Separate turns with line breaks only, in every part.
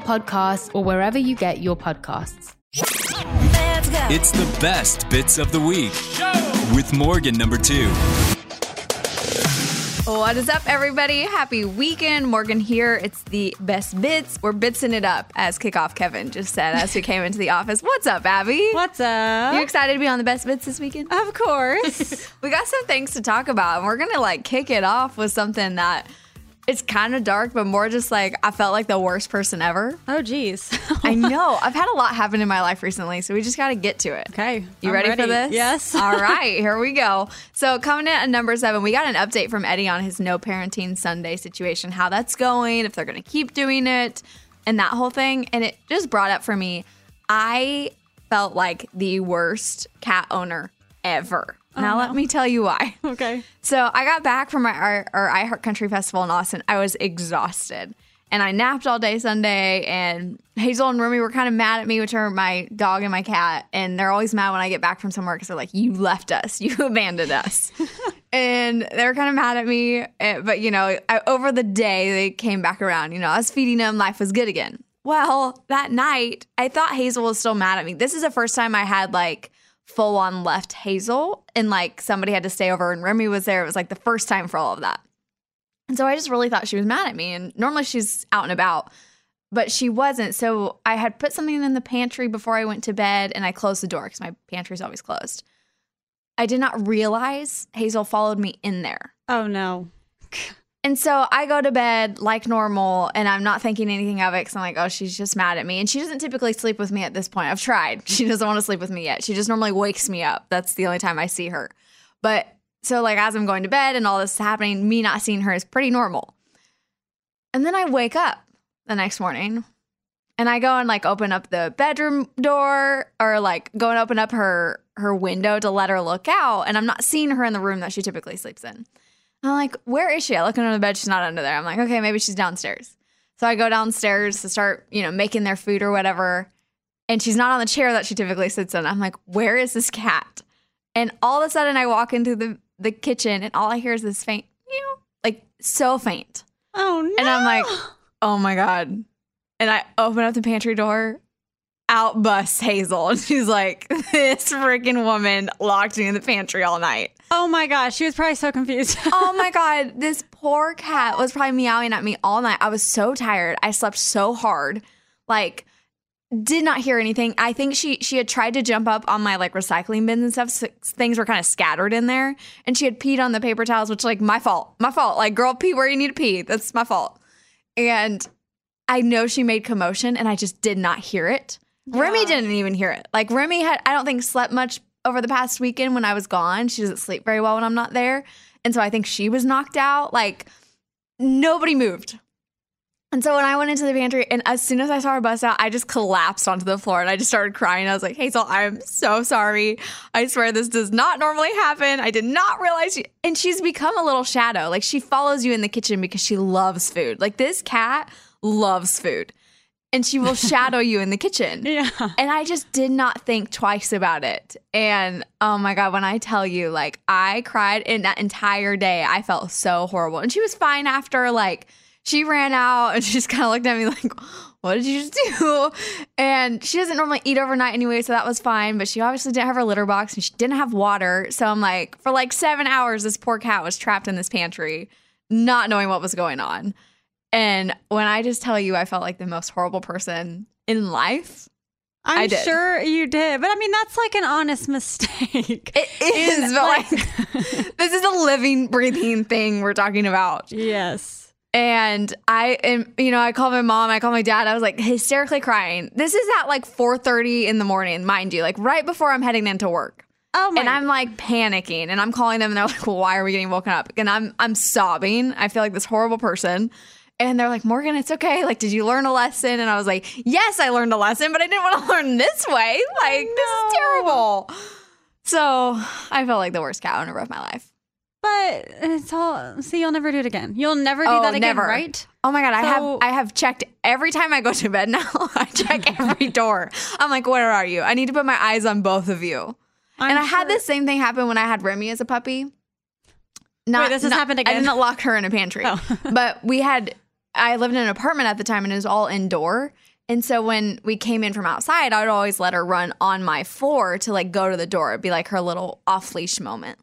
Podcasts, or wherever you get your podcasts.
Let's go.
It's the best bits of the week with Morgan number two.
What is up, everybody? Happy weekend. Morgan here. It's the best bits. We're bitsing it up, as kickoff Kevin just said as we came into the office. What's up, Abby?
What's up?
You excited to be on the best bits this weekend?
of course.
We got some things to talk about, and we're gonna like kick it off with something that it's kind of dark, but more just like I felt like the worst person ever.
oh, geez.
I know. I've had a lot happen in my life recently, so we just got to get to it.
Okay,
You
I'm
ready, for
ready.
this?
Yes.
All right, here we go. So, coming in at number seven, we got an update from Eddie on his no parenting Sunday situation, how that's going, if they're going to keep doing it, and that whole thing. And it just brought up for me, I felt like the worst cat owner ever. now,
Oh,
let me tell you why.
okay.
So I got back from my, our, our I Heart Country Festival in Austin. I was exhausted. And I napped all day Sunday, and Hazel and Remy were kind of mad at me, which are my dog and my cat. And they're always mad when I get back from somewhere because they're like, You left us, you abandoned us. and they were kind of mad at me. eh, But, you know, I, over the day, they came back around. You know, I was feeding them, life was good again. Well, that night, I thought Hazel was still mad at me. This is the first time I had like full on left Hazel and like somebody had to stay over and Remy was there. It was like the first time for all of that. And so I just really thought she was mad at me. And normally she's out and about, but she wasn't. So I had put something in the pantry before I went to bed and I closed the door because my pantry's always closed. I did not realize Hazel followed me in there.
Oh, no.
And so I go to bed like normal and I'm not thinking anything of it because I'm like, oh, she's just mad at me. And she doesn't typically sleep with me at this point. I've tried. She doesn't want to sleep with me yet. She just normally wakes me up. That's the only time I see her. But so, like, as I'm going to bed and all this is happening, me not seeing her is pretty normal. And then I wake up the next morning and I go and like open up the bedroom door or like go and open up her her window to let her look out and I'm not seeing her in the room that she typically sleeps in. And I'm like, where is she? I look under the bed, she's not under there. I'm like, okay, maybe she's downstairs. So I go downstairs to start, you know, making their food or whatever. And she's not on the chair that she typically sits in. I'm like, where is this cat? And all of a sudden I walk into the, the kitchen and all I hear is this faint, meow, like so faint.
Oh, no.
And I'm like, oh my God. And I open up the pantry door, out busts Hazel. And she's like, this freaking woman locked me in the pantry all night.
oh, my gosh. She was probably so confused.
oh my God. This poor cat was probably meowing at me all night. I was so tired. I slept so hard. Like, did not hear anything. I think she she had tried to jump up on my like recycling bins and stuff. So things were kind of scattered in there, and she had peed on the paper towels, which like my fault, my fault. Like girl, pee where you need to pee. That's my fault. And I know she made commotion, and I just did not hear it. Remy didn't even hear it. Like Remy had, I don't think slept much over the past weekend when I was gone. She doesn't sleep very well when I'm not there, and so I think she was knocked out. Like nobody moved. And so when I went into the pantry, and as soon as I saw her bust out, I just collapsed onto the floor and I just started crying. I was like, Hazel, I'm so sorry. I swear this does not normally happen. I did not realize. You. And she's become a little shadow. Like she follows you in the kitchen because she loves food. Like this cat loves food. and she will shadow you in the kitchen.
Yeah.
And I just did not think twice about it. And oh my God, when I tell you, like, I cried in that entire day, I felt so horrible. And she was fine after, like, she ran out and she just kind of looked at me like, what did you just do? And she doesn't normally eat overnight anyway, so that was fine. But she obviously didn't have her litter box and she didn't have water. So I'm like, for like seven hours, this poor cat was trapped in this pantry, not knowing what was going on. And when I just tell you, I felt like the most horrible person in life.
I'm
did.
sure you did. But I mean, that's like an honest mistake.
It is, but like, this is a living, breathing thing we're talking about.
yes.
And I am, you know, I called my mom, I called my dad. I was like hysterically crying. This is at like 4:30 in the morning, mind you, like right before I'm heading into work.
Oh my.
and I'm like panicking and I'm calling them and they're like, why are we getting woken up? And I'm I'm sobbing. I feel like this horrible person. And they're like, Morgan, it's okay. Like, did you learn a lesson? And I was like, yes, I learned a lesson, but I didn't want to learn this way. Like, this is terrible. So I felt like the worst cat owner of my life.
but it's all. See, you'll never do it again. You'll never do
Oh,
that again,
never.
right?
Oh my god, I
So-
have I have checked every time I go to bed now. I check every door. I'm like, where are you? I need to put my eyes on both of you. and I had this same thing happen when I had Remy as a puppy. Not,
Wait, this has
not-
happened
I
again. Oh.
didn't lock her in a pantry, but we had. I lived in an apartment at the time, and it was all indoor. And so when we came in from outside, I would always let her run on my floor to like go to the door. It'd be like her little off leash moment.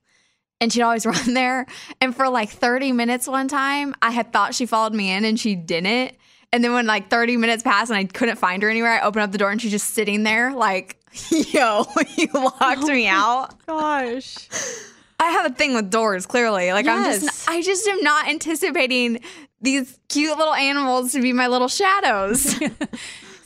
And she'd always run there. And for like 30 minutes one time, I had thought she followed me in and she didn't. And then when like 30 minutes passed and I couldn't find her anywhere, I opened up the door and she's just sitting there like, yo, you locked me out.
Gosh.
I have a thing with doors, clearly. Like I'm
Yes.
just I just am not anticipating these cute little animals to be my little shadows.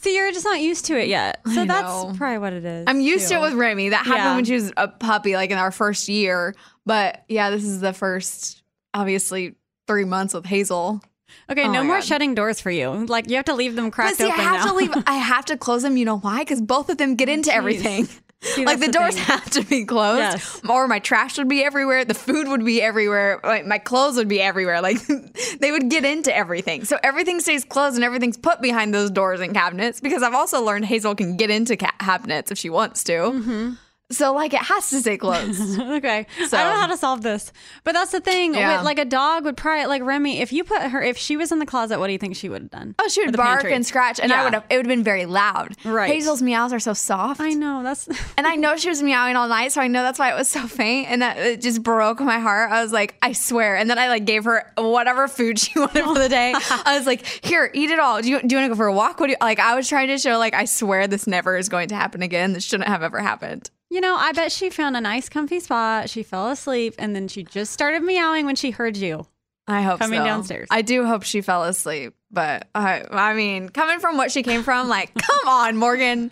See, you're just not used to it yet. So
I
that's
know.
probably what it is.
I'm used to it
too.
with Remy. That happened
Yeah.
when she was a puppy, like in our first year. But yeah, this is the first obviously three months with Hazel.
Okay,
Oh
no
my
more
God.
shutting doors for you. Like you have to leave them
But
cracked
see, I
open
have
now. Oh,
to leave I have to close them, you know why? Because both of them get into everything.
See,
like
that's
the, doors
thing.
have to be closed,
Yes.
or my trash would be everywhere. The food would be everywhere. Like my clothes would be everywhere. Like they would get into everything. So everything stays closed and everything's put behind those doors and cabinets. Because I've also learned Hazel can get into ca- cabinets if she wants to.
Mm-hmm.
So like it has to stay closed.
okay.
So-
I don't know how to solve this. But that's the thing.
Yeah.
With, like a dog would probably like Remy, if you put her if she was in the closet, what do you think she would have done?
oh, she
Or
would
the
bark
pantry.
and scratch, and I
Yeah.
would have. It would have been very loud.
Right.
Hazel's meows are so soft.
I know, that's
And I know she was meowing all night, so I know that's why it was so faint, and that it just broke my heart. I was like, I swear. And then I like gave her whatever food she wanted for the day. I was like, here, eat it all. Do you do you want to go for a walk? What do you like? I was trying to show like I swear this never is going to happen again. This shouldn't have ever happened.
you know, I bet she found a nice comfy spot. She fell asleep and then she just started meowing when she heard you.
I hope
Coming
so.
downstairs.
I do hope she fell asleep, but I, I mean, coming from what she came from, like, come on, Morgan.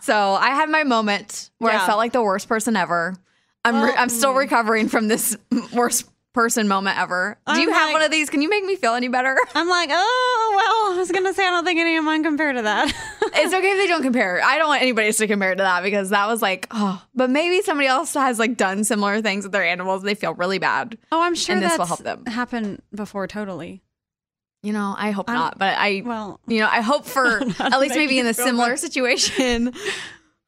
So I had my moment where I
Yeah.
felt like the worst person ever. I'm re- I'm still recovering from this worst person moment ever. Do you
I'm
have
like-
one of these? Can you make me feel any better?
I'm like, oh well, I was gonna say I don't think any of mine compare to that.
it's okay if they don't compare. I don't want anybody to compare to that because that was like, oh, but maybe somebody else has like done similar things with their animals. They feel really bad.
oh, I'm sure
And this
that's
will help them.
happened before totally.
You know, I hope
I'm-
not, but I
Well
you know, I hope for at least
make
maybe in
you
a
feel
similar
better.
situation.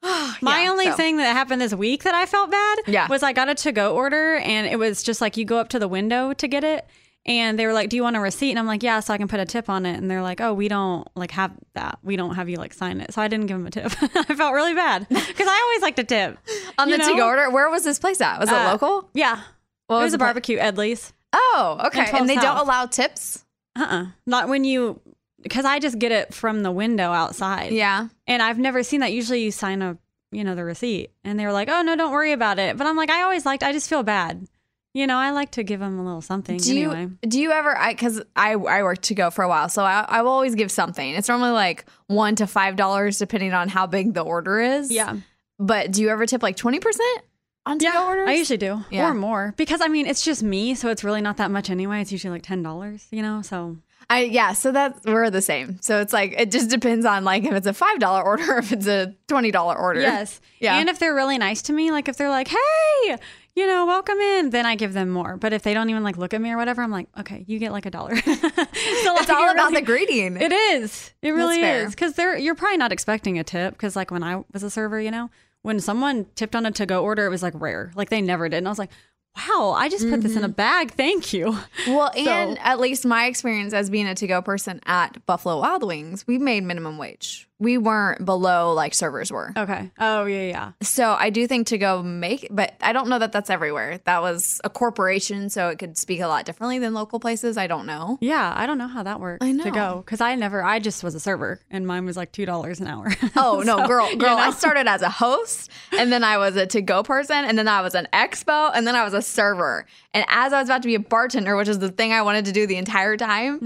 My
Yeah,
only
so.
thing that happened this week that I felt bad
Yeah.
was I got a to go order and it was just like you go up to the window to get it and they were like, Do you want a receipt? And I'm like, Yeah, so I can put a tip on it. And they're like, Oh, we don't like have that. We don't have you like sign it. So I didn't give them a tip. I felt really bad because I always like to tip.
On
you
the to
know?
go order, where was this place at? Was it
Uh,
local?
Yeah.
What
it was
the
a
pla-
barbecue, Edley's.
Oh, okay. And
12th
they don't
house.
allow tips.
Uh
Uh-uh.
uh Not when you, because I just get it from the window outside.
Yeah.
And I've never seen that. Usually you sign a, you know, the receipt and they were like, oh, no, don't worry about it. But I'm like, I always liked, I just feel bad. You know, I like to give them a little something
Do
anyway.
you do you ever? I because I I worked to go for a while, so I I will always give something. It's normally like one to five dollars, depending on how big the order is.
yeah.
But do you ever tip like twenty percent on to go orders?
I usually do
Yeah.
or more because I mean, it's just me. So it's really not that much anyway. It's usually like $10, you know? So
I yeah. So that we're the same. So it's like it just depends on like if it's a five dollar order, or if it's a twenty dollar order.
yes.
Yeah.
And if they're really nice to me, like if they're like, hey, you know, welcome in, then I give them more. But if they don't even like look at me or whatever, I'm like, okay, you get like a dollar. so
It's all about the greeting.
It is. It really
fair.
is because they're you're probably not expecting a tip because like when I was a server, you know, when someone tipped on a to go order, it was like rare. Like they never did, and I was like, wow, I just put this
Mm-hmm.
in a bag. Thank you.
Well, and at least my experience as being a to go person at Buffalo Wild Wings, we made minimum wage. We weren't below like servers were.
Okay. Oh yeah, yeah.
So I do think to go make, but I don't know that that's everywhere. That was a corporation, so it could speak a lot differently than local places. I don't know.
Yeah, I don't know how that worked.
I
to
know.
go because I never. I just was a server, and mine was like two dollars an hour.
Oh no,
So,
girl, girl!
you
I
know.
started as a host, and then I was a to-go person, and then I was an expo, and then I was a server. And as I was about to be a bartender, which is the thing I wanted to do the entire time,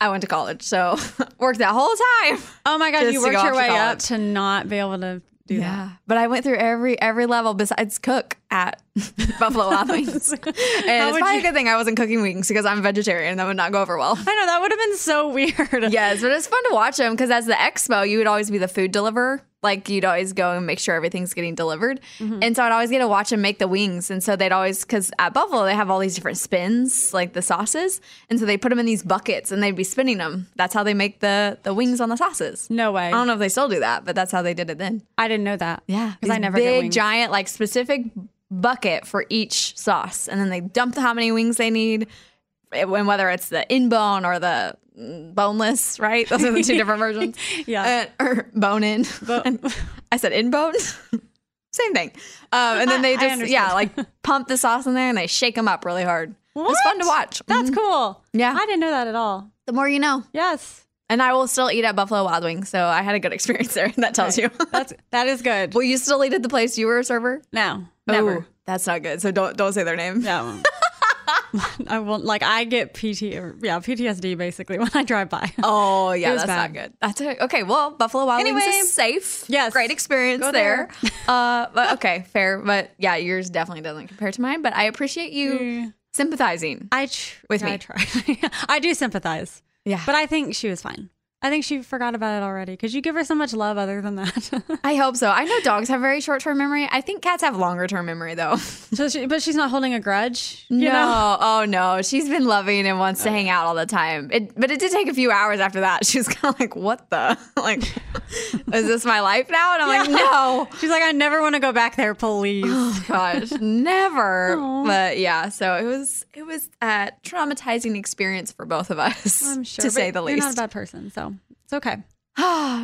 I went to college, so worked that whole time.
Oh my god,
Just
you
to go
worked
off
your
to
way up
college.
to not be able to do that.
but I went through every every level besides cook at Buffalo Wild Wings, and it's
would
probably
you-
a good thing I wasn't cooking wings because I'm vegetarian. That would not go over well.
I know that would have been so weird.
Yes, but it's fun to watch them because as the expo, you would always be the food deliverer. Like you'd always go and make sure everything's getting delivered,
Mm-hmm.
and so I'd always get to watch them make the wings. And so they'd always because at Buffalo they have all these different spins, like the sauces, and so they put them in these buckets and they'd be spinning them. That's how they make the the wings on the sauces.
No way.
I don't know if they still do that, but that's how they did it then.
I didn't know that. because I
These
never
big
get wings.
giant like specific bucket for each sauce, and then they dump how many wings they need, eh, and whether it's the in bone or the mm, boneless, right? Those are the two different versions.
Yeah.
Uh, or bone in. I said in bone. Same thing. Um, and then they
I
just
understand.
yeah like pump the sauce in there and they shake them up really hard. It's fun to
What?
watch.
That's
Mhm.
cool.
Yeah.
I didn't know that at all.
The more you know.
Yes.
And I will still eat at Buffalo Wild Wings, so I had a good experience there. That tells you.
That's that is good.
Will you still eat at the place you were a server?
No.
Never.
Never.
Oh, That's not good. So don't don't say their name.
No. I won't like I get PT or, yeah, PTSD basically when I drive by.
Oh yeah,
was
that's
bad.
not good. That's it. okay. Well, Buffalo Wild Wings
Anyway.
is safe.
Yes.
great experience
Go
there.
there.
uh, but okay, fair. But yeah, yours definitely doesn't compare to mine. But I appreciate you sympathizing.
I tr-
With
yeah,
me.
I try. I do sympathize.
Yeah.
But I think she was fine. I think she forgot about it already because you give her so much love other than that.
I hope so. I know dogs have very short term memory. I think cats have longer term memory though.
so she, but she's not holding a grudge. You
no,
know?
oh no, she's been loving and wants to hang out all the time. It, but it did take a few hours after that. She was kind of like, "What the? Like, is this my life now?" And I'm like, "No."
She's like, I never want to go back there, please.
gosh never but yeah so it was it was a traumatizing experience for both of us
I'm sure.
to
but
say the
You're not a
least
bad person, so it's okay.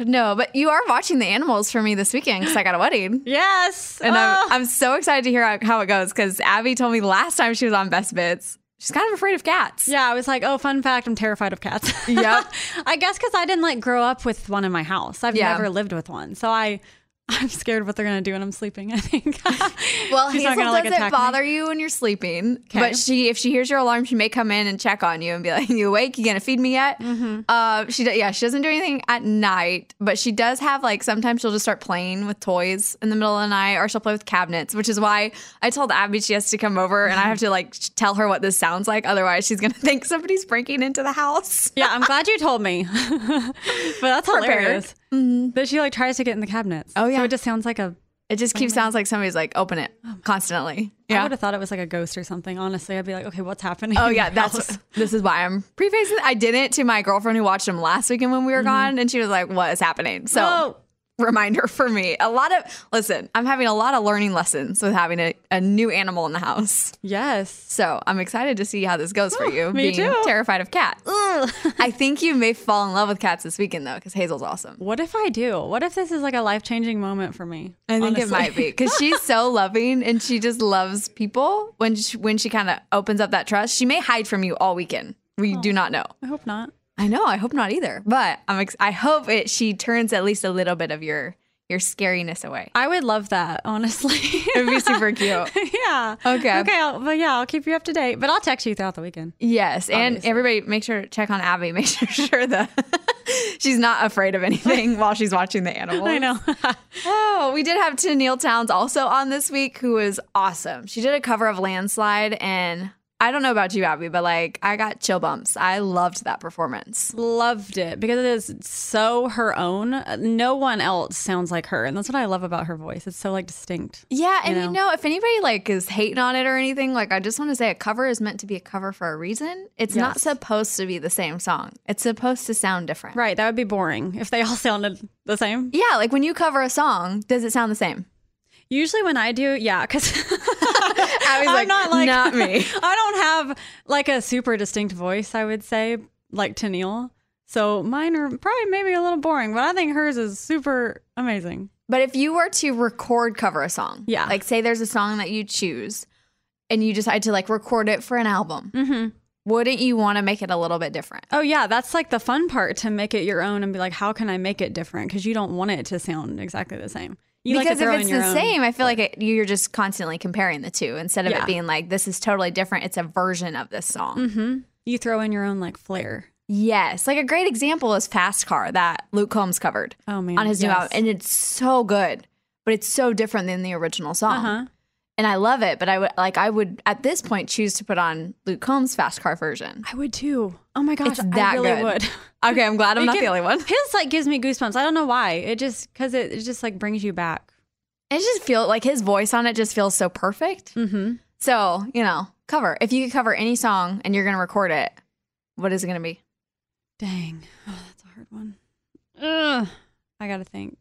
no but you are watching the animals for me this weekend because i got a wedding
Yes.
and
Oh.
I'm, I'm so excited to hear how- how it goes because abby told me last time she was on best bits she's kind of afraid of cats
Yeah, I was like, oh, fun fact, I'm terrified of cats.
Yep.
I guess because I didn't like grow up with one in my house. I've
Yeah.
never lived with one, so I. I'm scared of what they're gonna do when I'm sleeping. I think.
well
She's
Hazel
not gonna like
doesn't
attack me.
bother you when you're sleeping
Okay.
but she if she hears your alarm she may come in and check on you and be like you awake you gonna feed me yet
Mm-hmm.
uh, she do- yeah she doesn't do anything at night but she does have like sometimes she'll just start playing with toys in the middle of the night or she'll play with cabinets which is why I told Abby she has to come over and I have to like tell her what this sounds like otherwise she's gonna think somebody's breaking into the house
yeah, I'm glad you told me. but that's
Prepared.
hilarious. That she like tries to get in the cabinets.
Mm-hmm. Oh, yeah.
so it just sounds like a.
it just
Oh
keeps sounds like somebody's like open it constantly
I
yeah
would have thought it was like a ghost or something. Honestly, I'd be like, okay, what's happening?
Oh
in
yeah,
the
that's
house?
this is why I'm prefacing. I did it to my girlfriend who watched them last weekend when we were
Mm-hmm.
gone, and she was like, "What is happening?" So
Oh.
reminder for me. A lot of listen, I'm having a lot of learning lessons with having a, a new animal in the house.
yes.
So I'm excited to see how this goes for you.
Oh, me
being
too.
terrified of cats. I think you may fall in love with cats this weekend though, because Hazel's awesome.
What if I do? What if this is like a life changing moment for me?
I think it
Honestly.
might be because she's so loving and she just loves people. When she, when she kind of opens up that trust, she may hide from you all weekend. We do not know.
I hope not.
I know. I hope not either. But I'm. Ex- I hope it. She turns at least a little bit of your your scariness away.
I would love that, honestly.
It would be super cute.
yeah.
Okay.
Okay. I'll, but yeah, I'll keep you up to date. But I'll text you throughout the weekend.
Yes, and everybody, make sure to check on Abby. Make sure, sure that she's not afraid of anything while she's watching the animals.
I know.
Oh, we did have Tennille Towns also on this week, who is awesome. She did a cover of Landslide, and I don't know about you, Abby, but like I got chill bumps. I loved that performance.
Loved it because it is so her own. No one else sounds like her, and that's what I love about her voice. It's so like distinct.
Yeah, and you know, if anybody like is hating on it or anything, like I just want to say a cover is meant to be a cover for a reason. It's not supposed to be the same song. It's supposed to sound different.
Right, that would be boring if they all sounded the same.
Yeah, like when you cover a song, does it sound the same?
Usually when I do, yeah, because
Abby's
I'm
like,
not like
not me.
I don't have like a super distinct voice. I would say like Tennille. So mine are probably maybe a little boring, but I think hers is super amazing.
But if you were to record cover a song,
Yeah.
like say there's a song that you choose and you decide to like record it for an album,
Mhm.
wouldn't you want to make it a little bit different?
Oh yeah, that's like the fun part to make it your own and be like, how can I make it different? Because you don't want it to sound exactly the same. You like to
because
throw
if
in
it's
your
the
own-
same, I feel like it, you're just constantly comparing the two instead of
Yeah.
it being like this is totally different. It's a version of this song.
you throw in your own like flair.
Yes, like a great example is Fast Car that Luke Combs covered
Oh man,
on his new
yes.
album, and it's so good, but it's so different than the original song.
Uh-huh.
And I love it, but I would like I would at this point choose to put on Luke Combs' Fast Car version.
I would too. Oh my gosh,
It's that
I really
good.
would.
Okay, I'm glad I'm
It
not
gi-
the only one.
His like gives me goosebumps. I don't know why. It just because it, it just like brings you back.
It just feels like his voice on it just feels so perfect.
Mm-hmm.
So you know, cover if you could cover any song and you're gonna record it, what is it gonna be?
Dang, oh, that's a hard one. Ugh. I gotta think.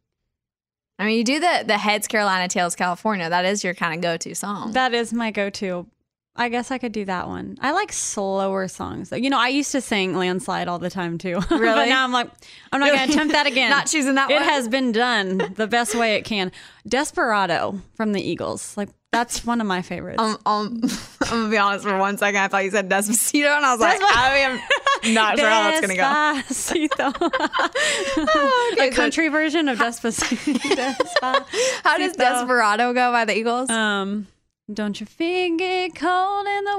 I mean, you do the the heads Carolina tails California. That is your kind of go to song.
That is my go-to. I guess I could do that one. I like slower songs. though. You know, I used to sing "Landslide" all the time too. but
Really?
now I'm like, I'm not gonna attempt that again.
Not choosing that
It
one?
has been done the best way it can. "Desperado" from the Eagles. Like that's one of my favorites.
Um, um, I'm gonna be honest for one second. I thought you said Despacito, and I was like, I am not sure how that's gonna go. Oh,
Despacito.
okay, so-
the country version of Despacito.
How does Desperado go by the Eagles?
um, don't your feet get cold in the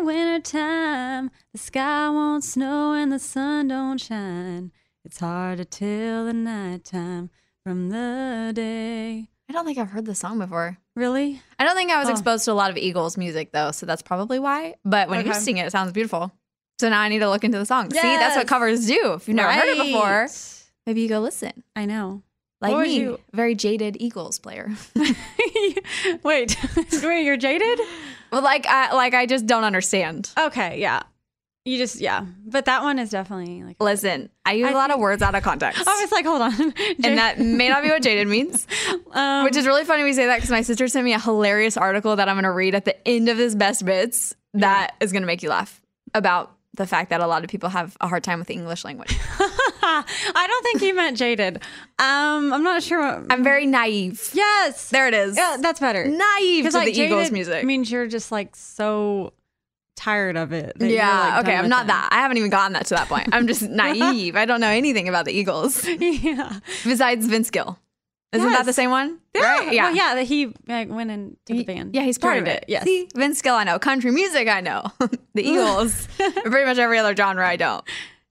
wintertime? The sky won't snow and the sun don't shine. It's hard to tell the nighttime from the day.
I don't think I've heard the song before. Oh.
Really?
I don't think I was exposed to a lot of Eagles music though, so that's probably why. But when you sing it, it sounds beautiful. So now I need to look into the song. See, that's what
Yes.
covers do. If you've never heard it before,
Right.
maybe you go listen.
I know.
Like
What would
me,
you-
very jaded Eagles player.
Wait, wait, you're jaded?
well, like I like I just don't understand.
Okay, yeah. You just yeah, but that one is definitely like.
Listen, I use a
I
lot of words out of context.
I was like, hold on,
and that may not be what jaded means.
um,
Which is really funny we say that because my sister sent me a hilarious article that I'm going to read at the end of this best bits that is going to make you laugh about the fact that a lot of people have a hard time with the English language.
I don't think you meant jaded. Um, I'm not sure. What,
I'm very naive.
yes,
There it is.
Yeah, that's better.
Naive to
Because like
the Eagles
jaded
music.
means you're just like so tired of it. that you're,
yeah.
like, done
okay. I'm
with
not
it.
that. I haven't even gotten that to that point. I'm just naive. I don't know anything about the Eagles
yeah.
besides Vince Gill. Isn't that the
Yes.
same one?
Yeah.
Right?
Well, yeah. That he like, went into the band.
Yeah, he's part of
Joined
it.
Yes.
See, Vince Gill, I know. Country music, I know. the Eagles, and pretty much every other genre, I don't.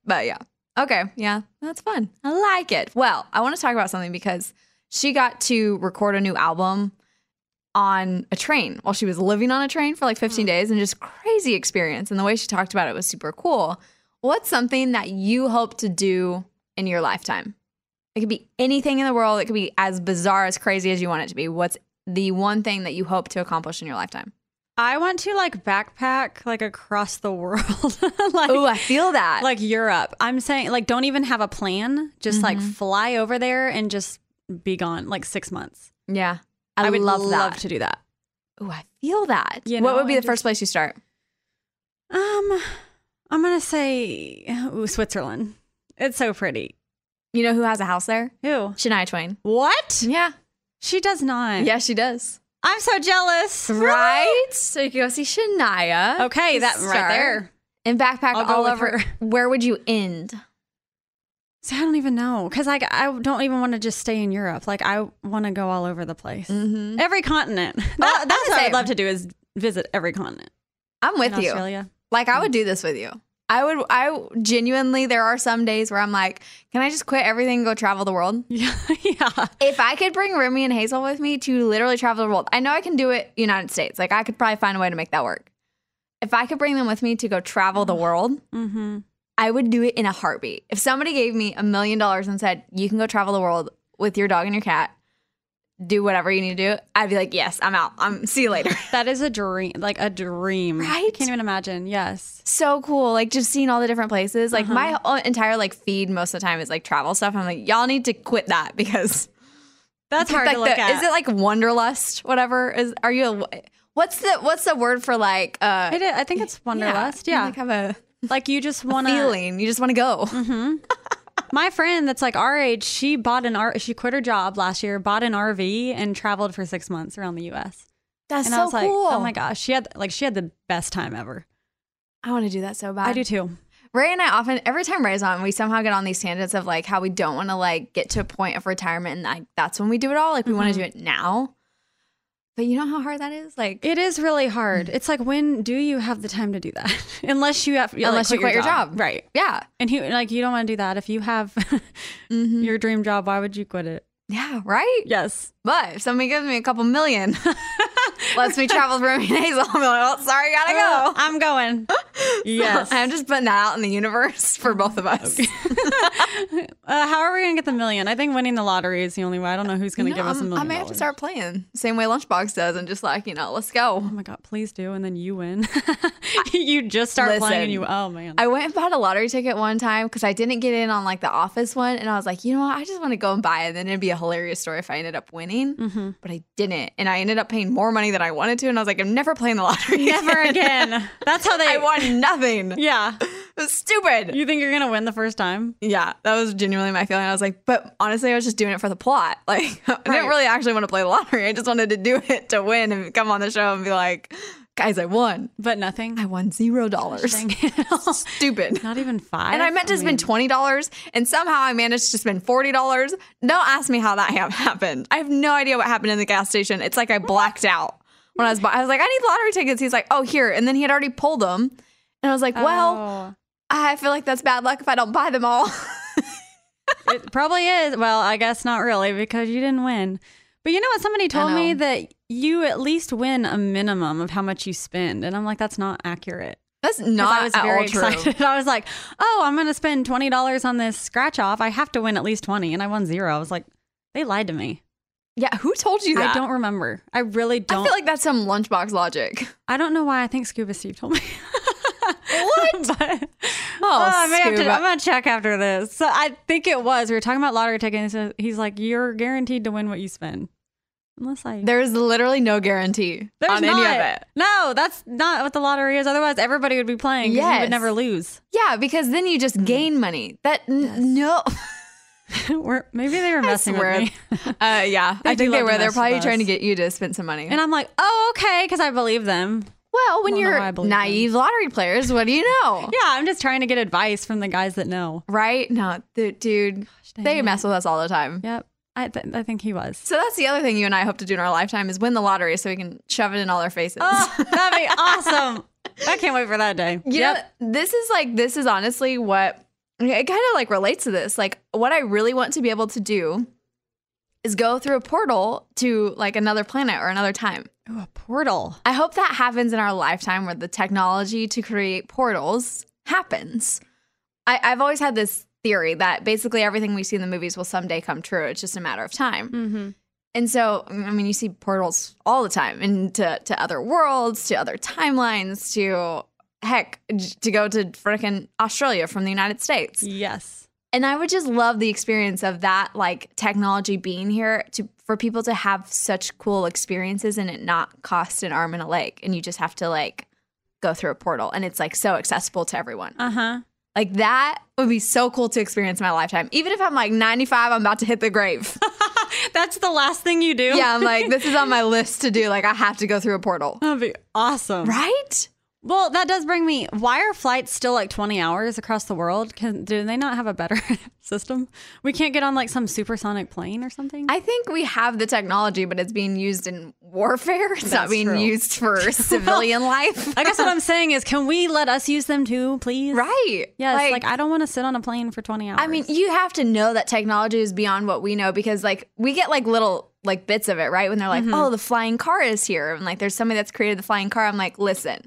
But yeah. Okay. Yeah. That's fun. I like it. Well, I want to talk about something because she got to record a new album on a train while she was living on a train for like 15 days and just crazy experience. And the way she talked about it was super cool. What's something that you hope to do in your lifetime? It could be anything in the world. It could be as bizarre, as crazy as you want it to be. What's the one thing that you hope to accomplish in your lifetime?
I want to like backpack like across the world. like,
Oh, I feel that.
like Europe. I'm saying like don't even have a plan. Just like
Mm-hmm.
fly over there and just be gone like six months.
yeah, I,
would
love,
love
that.
to do that.
Oh, I feel that.
You
what
know,
would be
I
the first place you start?
Um, I'm gonna say ooh, Switzerland. It's so pretty.
You know who has a house there?
Who?
Shania Twain.
What?
Yeah,
She does not.
yeah, she does.
I'm so jealous.
Right. So you can go see Shania.
Okay,
to
that right
start,
there.
and backpack
I'll go
all
with
over.
her.
Where would you end?
So I don't even know because like I don't even want to just stay in Europe. Like I want to go all over the place, every continent. That,
Mm-hmm. I'm
that's
the
what I'd
same.
love to do is visit every continent.
I'm with
in
you.
Australia.
Like I would do this with you. I would. I genuinely. There are some days where I'm like, can I just quit everything and go travel the world?
Yeah, yeah.
If I could bring Remy and Hazel with me to literally travel the world, I know I can do it United States. Like I could probably find a way to make that work. if I could bring them with me to go travel the world, I would do it in a heartbeat. If somebody gave me a million dollars and said, you can go travel the world with your dog and your cat, do whatever you need to do, I'd be like, yes, I'm out. I'm see you later.
That is a dream, like a dream. I
Right?
can't even imagine. Yes.
so cool. Like just seeing all the different places. Like my whole entire like feed most of the time is like travel stuff. I'm like, y'all need to quit that because
That's hard
like
to look
the-
at.
Is it like wanderlust? Whatever is. Are you? A, what's the what's the word for like? uh
It is- I think it's Wonderlust.
you,
Yeah.
like have a
Like you just want to.
feeling. You just want to go.
My friend that's like our age, she bought an R. She quit her job last year, bought an RV, and traveled for six months around the U.S.
That's
and
so
I was like,
cool.
oh my gosh, she had like she had the best time ever.
I want to do that so bad.
I do too.
Ray and I often, every time Ray's on, we somehow get on these tangents of like how we don't want to like get to a point of retirement and like that's when we do it all. Like we want to do it now. But you know how hard that is. Like
It is really hard. It's like when do you have the time to do that? Unless you have,
Unless you
like,
quit your job.
right?
yeah,
And he like you don't want to do that. If you have
Mm-hmm.
your dream job, why would you quit it?
yeah, right.
Yes,
But if somebody gives me a couple million, lets me travel for a few days, I'll be like, oh, sorry, gotta go.
I'm going. Yes. Mm-hmm.
I'm just putting that out in the universe for both of us.
Uh, how are we gonna get the million? I think winning the lottery is the only way. I don't know who's gonna
You know,
give us a
I'm- I
million.
may have to
dollars.
start playing same way Lunchbox does and just like, you know, let's go.
Oh my god, please do, and then you win. you just start playing,
Listen,
and you. Oh man,
I went and bought a lottery ticket one time because I didn't get in on like the office one. And I was like, you know what? I just want to go and buy it. And then it'd be a hilarious story if I ended up winning.
Mm-hmm.
But I didn't. And I ended up paying more money than I wanted to. And I was like, I'm never playing the lottery.
never
again.
again. That's how they.
I won nothing.
Yeah,
It was stupid.
you think you're gonna win the first time?
Yeah, that was genuinely my feeling. I was like, but honestly, I was just doing it for the plot. Like, I
Right.
didn't really actually want to play the lottery. I just wanted to do it to win and come on the show and be like, guys, I won.
But nothing.
I won zero dollars.
Dang it.
Stupid.
Not even five.
And I meant to
mean,
spend twenty dollars, and somehow I managed to spend forty dollars. Don't ask me how that ha- happened. I have no idea what happened in the gas station. It's like I blacked out when I was. bu- I was like, I need lottery tickets. He's like, Oh, here. And then he had already pulled them, and I was like, Well,
Oh.
I feel like that's bad luck if I don't buy them all.
oh, It probably is. Well, I guess not really because you didn't win. But you know what? Somebody told me that you at least win a minimum of how much you spend. And I'm like, that's not accurate.
that's
'Cause
not
I was
at
very
all true.
excited. I was like, oh, I'm going to spend $20 on this scratch off. I have to win at least 20. And I won zero. I was like, they lied to me.
Yeah, who told you that?
I don't remember. I really
I
don't. I,
feel like that's some lunchbox logic.
don't know why I think Scuba Steve told me.
What?
but,
Oh,
I may have to,
Scuba.
I'm gonna check after this. So I think it was we were talking about lottery tickets. and he's like, "You're guaranteed to win what you spend, unless I."
There is literally no guarantee
There's
on
not,
any of it.
No, that's not what the lottery is. Otherwise, everybody would be playing. 'cause you
Yes.
would never lose.
Yeah, because then you
Hmm.
just gain money. That n- no.
We're- maybe they were
I
messing
swear.
with me.
Uh, yeah,
They
I think
do
they
love to
were. They're
mess
probably
with
trying to
us.
get you to spend some money.
and I'm like, "Oh, okay," because I believe them.
well, when
don't know
you're
why I believe
naive lottery players, what do you know?
Yeah, I'm just trying to get advice from the guys that know.
Right? No, th- dude,
dang
they
it.
mess with us all the time.
Yep, I, th- I think he was.
So that's the other thing you and I hope to do in our lifetime is win the lottery so we can shove it in all our faces.
Oh, that'd be awesome. I can't wait for that day.
You
yep.
know, this is like this is honestly what it kind of like relates to this. Like what I really want to be able to do is go through a portal to like another planet or another time.
Ooh, a portal.
I hope that happens in our lifetime where the technology to create portals happens. I, I've always had this theory that basically everything we see in the movies will someday come true. It's just a matter of time.
Mm-hmm.
And so, I mean, you see portals all the time into to other worlds, to other timelines, to heck, j- to go to frickin' Australia from the United States.
Yes.
And I would just love the experience of that, like technology being here to for people to have such cool experiences and it not cost an arm and a leg, and you just have to like go through a portal, and it's like so accessible to everyone.
Uh huh.
Like that would be so cool to experience in my lifetime. Even if I'm like 95, I'm about to hit the grave.
That's the last thing you do.
yeah, I'm like this is on my list to do. Like I have to go through a portal,
That'd be awesome.
right?
Well, that does bring me. Why are flights still like 20 hours across the world? Can, do they not have a better system? We can't get on like some supersonic plane or something?
I think we have the technology, but it's being used in warfare. It's not
That's
being
true.
used for civilian life.
I guess what I'm saying is, can we let us use them too, please?
Right.
Yes. Like, I don't want to sit on a plane for 20 hours.
I mean, you have to know that technology is beyond what we know because like we get like little like bits of it, right? When they're like, "Oh, the flying car is here." And like there's somebody that's created the flying car. I'm like, "Listen.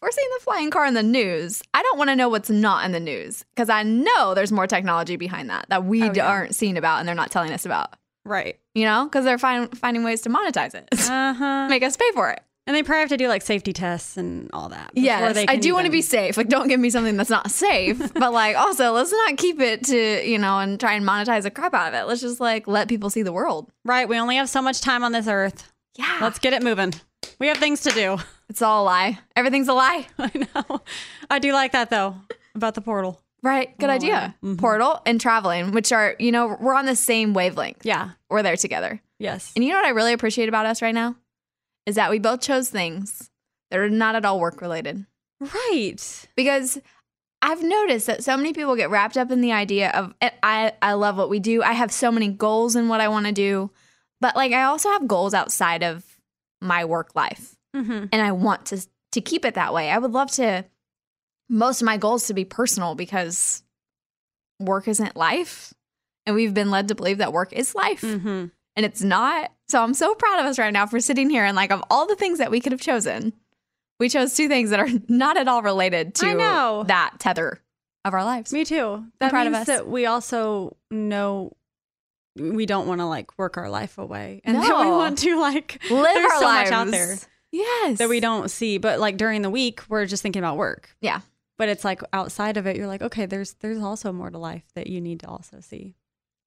We're seeing the flying car in the news. I don't want to know what's not in the news because I know there's more technology behind that that we d- aren't seeing about and they're not telling us about.
Right.
You know, because they're find, finding ways to monetize it,
Uh huh.
make us pay for it.
And they probably have to do like safety tests and all that. before
Yes,
they
I
can
do want to
even-
be safe. Like, don't give me something that's not safe. but like, also, let's not keep it to you know and try and monetize the crap out of it. Let's just like let people see the world.
Right. We only have so much time on this earth.
Yeah,
Let's get it moving. We have things to do.
it's all a lie. Everything's a lie.
I know. I do like that though about the portal.
Right. Good idea.
Mm-hmm.
Portal and traveling, which are you know we're on the same wavelength.
Yeah.
We're there together.
Yes.
And you know what I really appreciate about us right now is that we both chose things that are not at all work related.
Right.
because I've noticed that so many people get wrapped up in the idea of and I I love what we do. I have so many goals in what I want to do, but like I also have goals outside of my work life,
Mm-hmm.
and I want to to keep it that way. I would love to most of my goals to be personal because work isn't life, and we've been led to believe that work is life,
Mm-hmm.
and it's not. So I'm so proud of us right now for sitting here and like of all the things that we could have chosen, we chose two things that are not at all related to
I know.
that tether of our lives.
Me too. That
proud of
means
us.
that we also know we don't want to like work our life away, and that we
No.
want to like
Live
there's
our
so
lives
much out there
Yes.
that we don't see. But like during the week, we're just thinking about work.
Yeah.
But it's like outside of it, you're like, okay, there's there's also more to life that you need to also see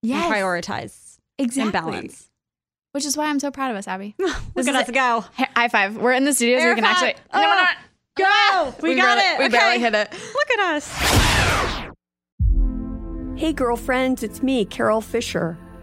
Yes.
and prioritize
exactly.
and balance.
Which is why I'm so proud of us, Abby.
Look at us go.
Hi- High five. We're in the studio so we
Air
can
five.
actually.
Oh,
we're not.
Go. We, got
barely-
it.
We barely
Okay.
hit it.
Look at us. um,
Hey, girlfriends, it's me, Carol Fisher.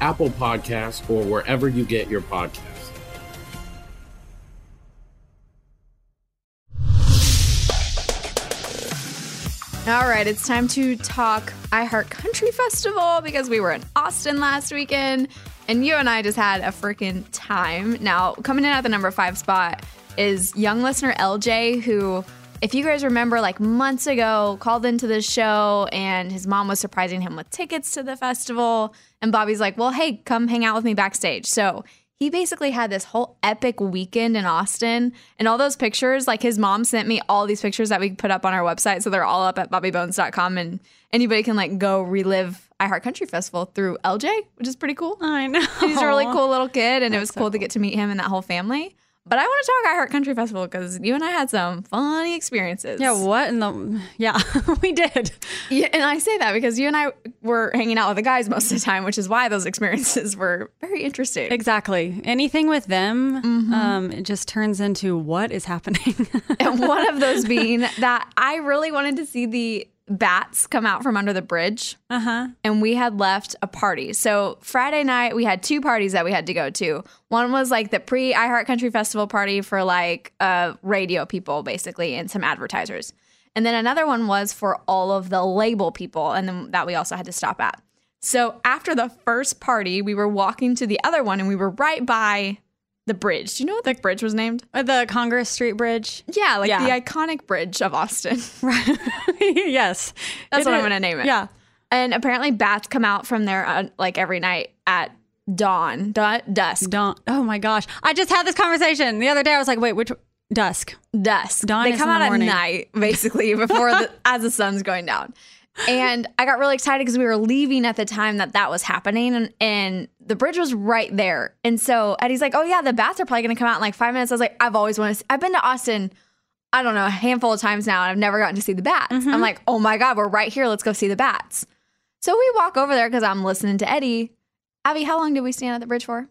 Apple Podcasts, or wherever you get your podcasts.
All right, it's time to talk iHeart Country Festival because we were in Austin last weekend and you and I just had a freaking time. Now, coming in at the number five spot is young listener LJ, who, if you guys remember, like months ago, called into this show and his mom was surprising him with tickets to the festival. And Bobby's like, well, hey, come hang out with me backstage. So he basically had this whole epic weekend in Austin. And all those pictures, like his mom sent me all these pictures that we put up on our website. So they're all up at bobbybones.com and anybody can like go relive I Heart Country Festival through LJ, which is pretty cool.
I know.
He's a really cool little kid and it was cool, to get to meet him and that whole family. But I want to talk I Heart Country Festival because you and I had some funny experiences.
Yeah, what in the yeah, we did.
Yeah, and I say that because you and I were hanging out with the guys most of the time, which is why those experiences were very interesting.
Exactly. Anything with them, um, it just turns into what is happening.
and one of those being that I really wanted to see the bats come out from under the bridge.
Uh-huh.
And we had left a party. So Friday night we had two parties that we had to go to. One was like the pre iHeart Country Festival party for like uh radio people basically and some advertisers. And then another one was for all of the label people and then that we also had to stop at. So after the first party, we were walking to the other one and we were right by the bridge. Do you know what the bridge was named?
The Congress Street Bridge.
Yeah, like the iconic bridge of Austin.
yes.
That's
It
what I'm
is-
going to name it.
Yeah.
And apparently bats come out from there uh, like every night at dawn, du- dusk.
Dawn. Oh my gosh. I just had this conversation the other day. I was like, wait, which dusk?
Dusk.
Dawn
they
is
come
in
out
the morning.
at night basically before the, as the sun's going down. And I got really excited because we were leaving at the time that that was happening and, and the bridge was right there. And so Eddie's like, "Oh yeah, the bats are probably going to come out in like 5 minutes." I was like, "I've always wanted to see- I've been to Austin I don't know, a handful of times now, and I've never gotten to see the bats.
Mm-hmm.
I'm like, oh my God, we're right here. Let's go see the bats. So we walk over there because I'm listening to Eddie. Abby, how long did we stand at the bridge for?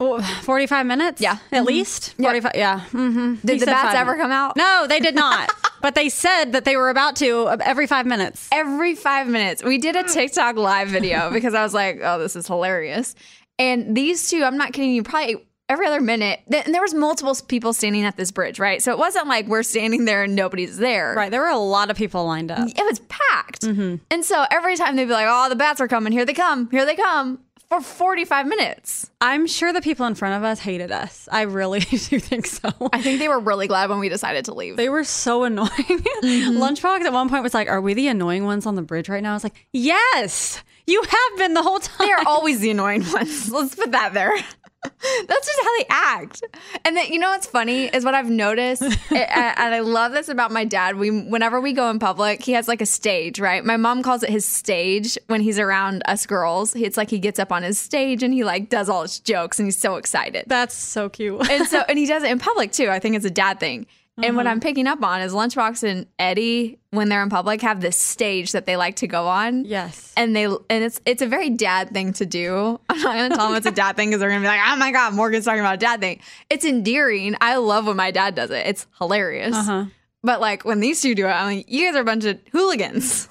Oh, 45 minutes? Yeah. At least? 45. Yeah. hmm
Did the bats ever come out?
No, they did not. but they said that they were about to uh, every five minutes.
Every five minutes. We did a TikTok live video because I was like, oh, this is hilarious. And these two, I'm not kidding you, probably every other minute, th- and there was multiple people standing at this bridge, right? So it wasn't like we're standing there and nobody's there.
Right. There were a lot of people lined up.
It was packed. And so every time they'd be like, oh, the bats are coming. Here they come. Here they come for 45 minutes.
I'm sure the people in front of us hated us. I really do think so.
I think they were really glad when we decided to leave.
They were so annoying. Lunchbox at one point was like, Are we the annoying ones on the bridge right now? I was like, Yes, you have been the whole time.
They're always the annoying ones. Let's put that there. That's just how they act. And that you know what's funny is what I've noticed, a- a- and I love this about my dad. We whenever we go in public, he has like a stage, right? My mom calls it his stage when he's around us girls. It's like he gets up on his stage and he like does all his jokes, and he's so excited.
That's so cute.
and so and he does it in public too. I think it's a dad thing. And what
Uh-huh.
I'm picking up on is Lunchbox and Eddie, when they're in public, have this stage that they like to go on.
Yes.
And they and it's it's a very dad thing to do. I'm not gonna tell them it's a dad thing because they're gonna be like, oh my god, Morgan's talking about a dad thing. It's endearing. I love when my dad does it. It's hilarious.
Uh-huh.
But like when these two do it, I'm like, you guys are a bunch of hooligans.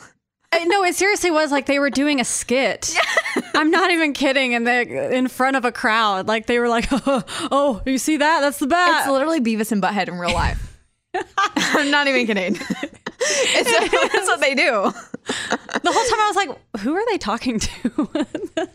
I- no, it seriously was like they were doing a skit. I'm not even kidding. And they in front of a crowd, like they were like, "Oh, oh, you see that? That's the bat."
It's literally Beavis and Butthead in real life. I'm not even kidding. it's, that's what they do.
The whole time I was like, "Who are they talking to?"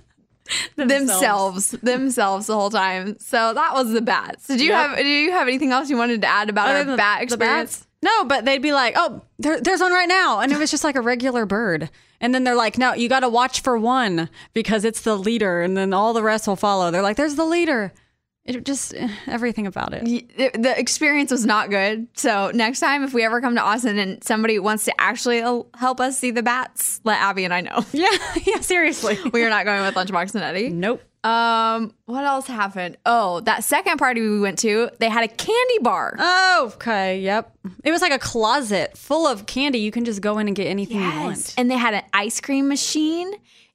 themselves themselves the whole time. So that was the bats. Did you
Yep.
have do you have anything else you wanted to add about
Other
our
than the-
bat
the bats?
experience?
No, but they'd be like, "Oh, there, there's one right now," and it was just like a regular bird. And then they're like, "No, you got to watch for one because it's the leader, and then all the rest will follow." They're like, "There's the leader." It just eh, everything about it.
Y- it- the experience was not good. So next time, if we ever come to Austin and somebody wants to actually uh, help us see the bats, let Abby and I know.
Yeah, yeah, seriously.
we are not going with Lunchbox and Eddie.
Nope.
Um, what else happened? Oh, that second party we went to, they had a candy bar.
Oh, okay. Yep. It was like a closet full of candy. You can just go in and get anything you want.
And they had an ice cream machine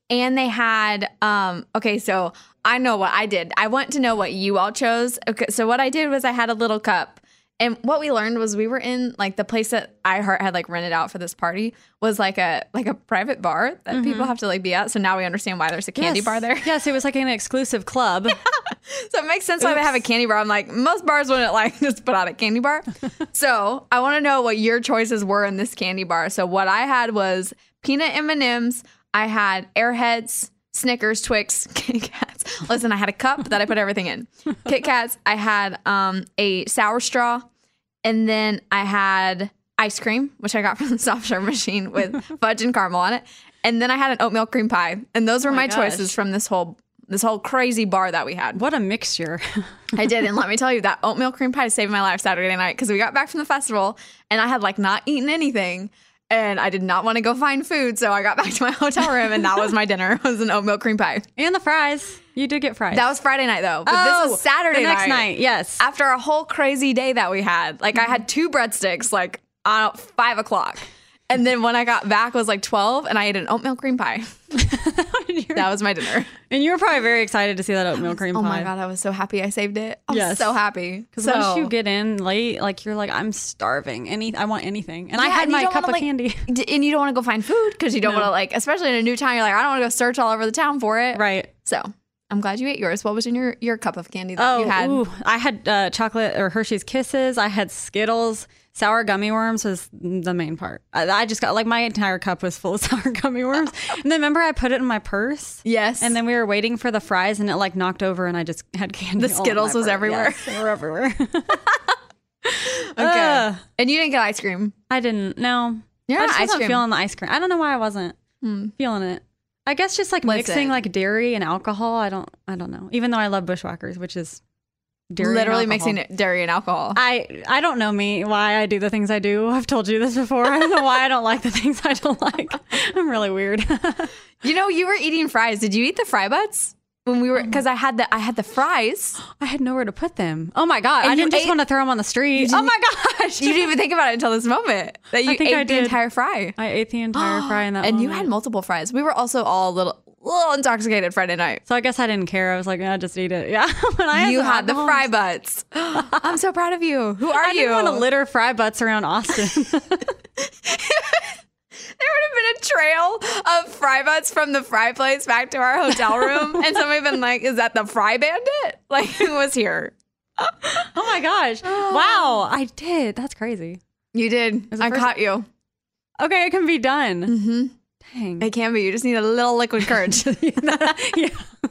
and they had um okay, so I know what I did. I want to know what you all chose. Okay, so what I did was I had a little cup And what we learned was we were in like the place that iHeart had like rented out for this party was like a like a private bar that
Mhm.
people have to like be at. So now we understand why there's a candy
Yes.
bar there.
Yes, it was like an exclusive club.
so it makes sense why they have a candy bar. I'm like, most bars wouldn't like just put out a candy bar. so I want to know what your choices were in this candy bar. So what I had was peanut M and M's. I had Airheads, Snickers, Twix, Kit Kats. Listen, I had a cup that I put everything in. Kit Kats. I had um, a sour straw, and then I had ice cream, which I got from the soft serve machine with fudge and caramel on it. And then I had an oatmeal cream pie, and those were
Oh my
my choices
gosh.
from this whole this whole crazy bar that we had.
What a mixture.
I did. And let me tell you, that oatmeal cream pie saved my life Saturday night because we got back from the festival and I had like not eaten anything and I did not want to go find food. So I got back to my hotel room and that was my dinner was an oatmeal cream pie.
And the fries. You did get fries.
That was Friday night though. But
Oh,
this was Saturday
the next night, Mm-hmm. Yes.
After a whole crazy day that we had. Like I had two breadsticks like on five o'clock. And then when I got back it was like 12 and I ate an oatmeal cream pie. that was my dinner.
And you were probably very excited to see that oatmeal cream
Oh
pie.
my God, I was so happy I saved it. I was
Yes.
so happy.
Because
So-
once you get in late, like you're like, I'm starving. Any, I want anything. And I
Yeah,
had
you
my
don't
cup
wanna,
of
like-
candy.
d- and you don't want to go find food because you don't
No.
want to like, especially in a new town. You're like, I don't want to go search all over the town for it.
Right.
So I'm glad you ate yours. What was in your your cup of candy that
Oh,
you had?
ooh, I had uh, chocolate or Hershey's Kisses. I had Skittles. Sour gummy worms was the main part. I, I just got like my entire cup was full of sour gummy worms. and then remember, I put it in my purse.
Yes.
And then we were waiting for the fries, and it like knocked over, and I just had candy.
The
all in my
Skittles was
purse.
everywhere.
Yes, they were everywhere.
Okay.
uh,
and you didn't get ice cream.
I didn't. No.
You're
I
not
just
ice
wasn't
cream. Hmm.
feeling the ice cream. I don't know why I wasn't feeling it. I guess just like mixing
Listen.
like dairy and alcohol. I don't. I don't know. Even though I love Bushwhackers, which is dairy and
Literally
alcohol.
mixing it- dairy and alcohol.
I I don't know me why I do the things I do. I've told you this before. I don't know why I don't like the things I don't like. I'm really weird.
you know, you were eating fries. Did you eat the fry butts when we were?
Mm.
Because I had the I had the fries.
I had nowhere to put them. Oh my god!
And
I
you
didn't just
ate-
want to throw them on the street.
You
Oh my
didn't-
gosh!
You didn't even think about it until this moment that you
I think
ate
I
the
did.
entire fry.
I ate the entire fry in that.
e-, and you
moment.
had multiple fries. We were also all a little, little intoxicated Friday night.
So I guess I didn't care. I was like, I just eat it. Yeah. when I
you
some
had the
alcohol,
fry butts. I'm so proud of you. Who are
I
you?
didn't want to litter fry butts around Austin.
There would have been a trail of fry butts from the fry place back to our hotel room. and somebody been like, is that the fry bandit? Like, who was here?
oh my gosh. Wow. I did. That's crazy.
You did.
was the
I
first-
caught you.
Okay. It can be done.
Mm-hmm.
Dang.
It can be. You just need a little liquid courage.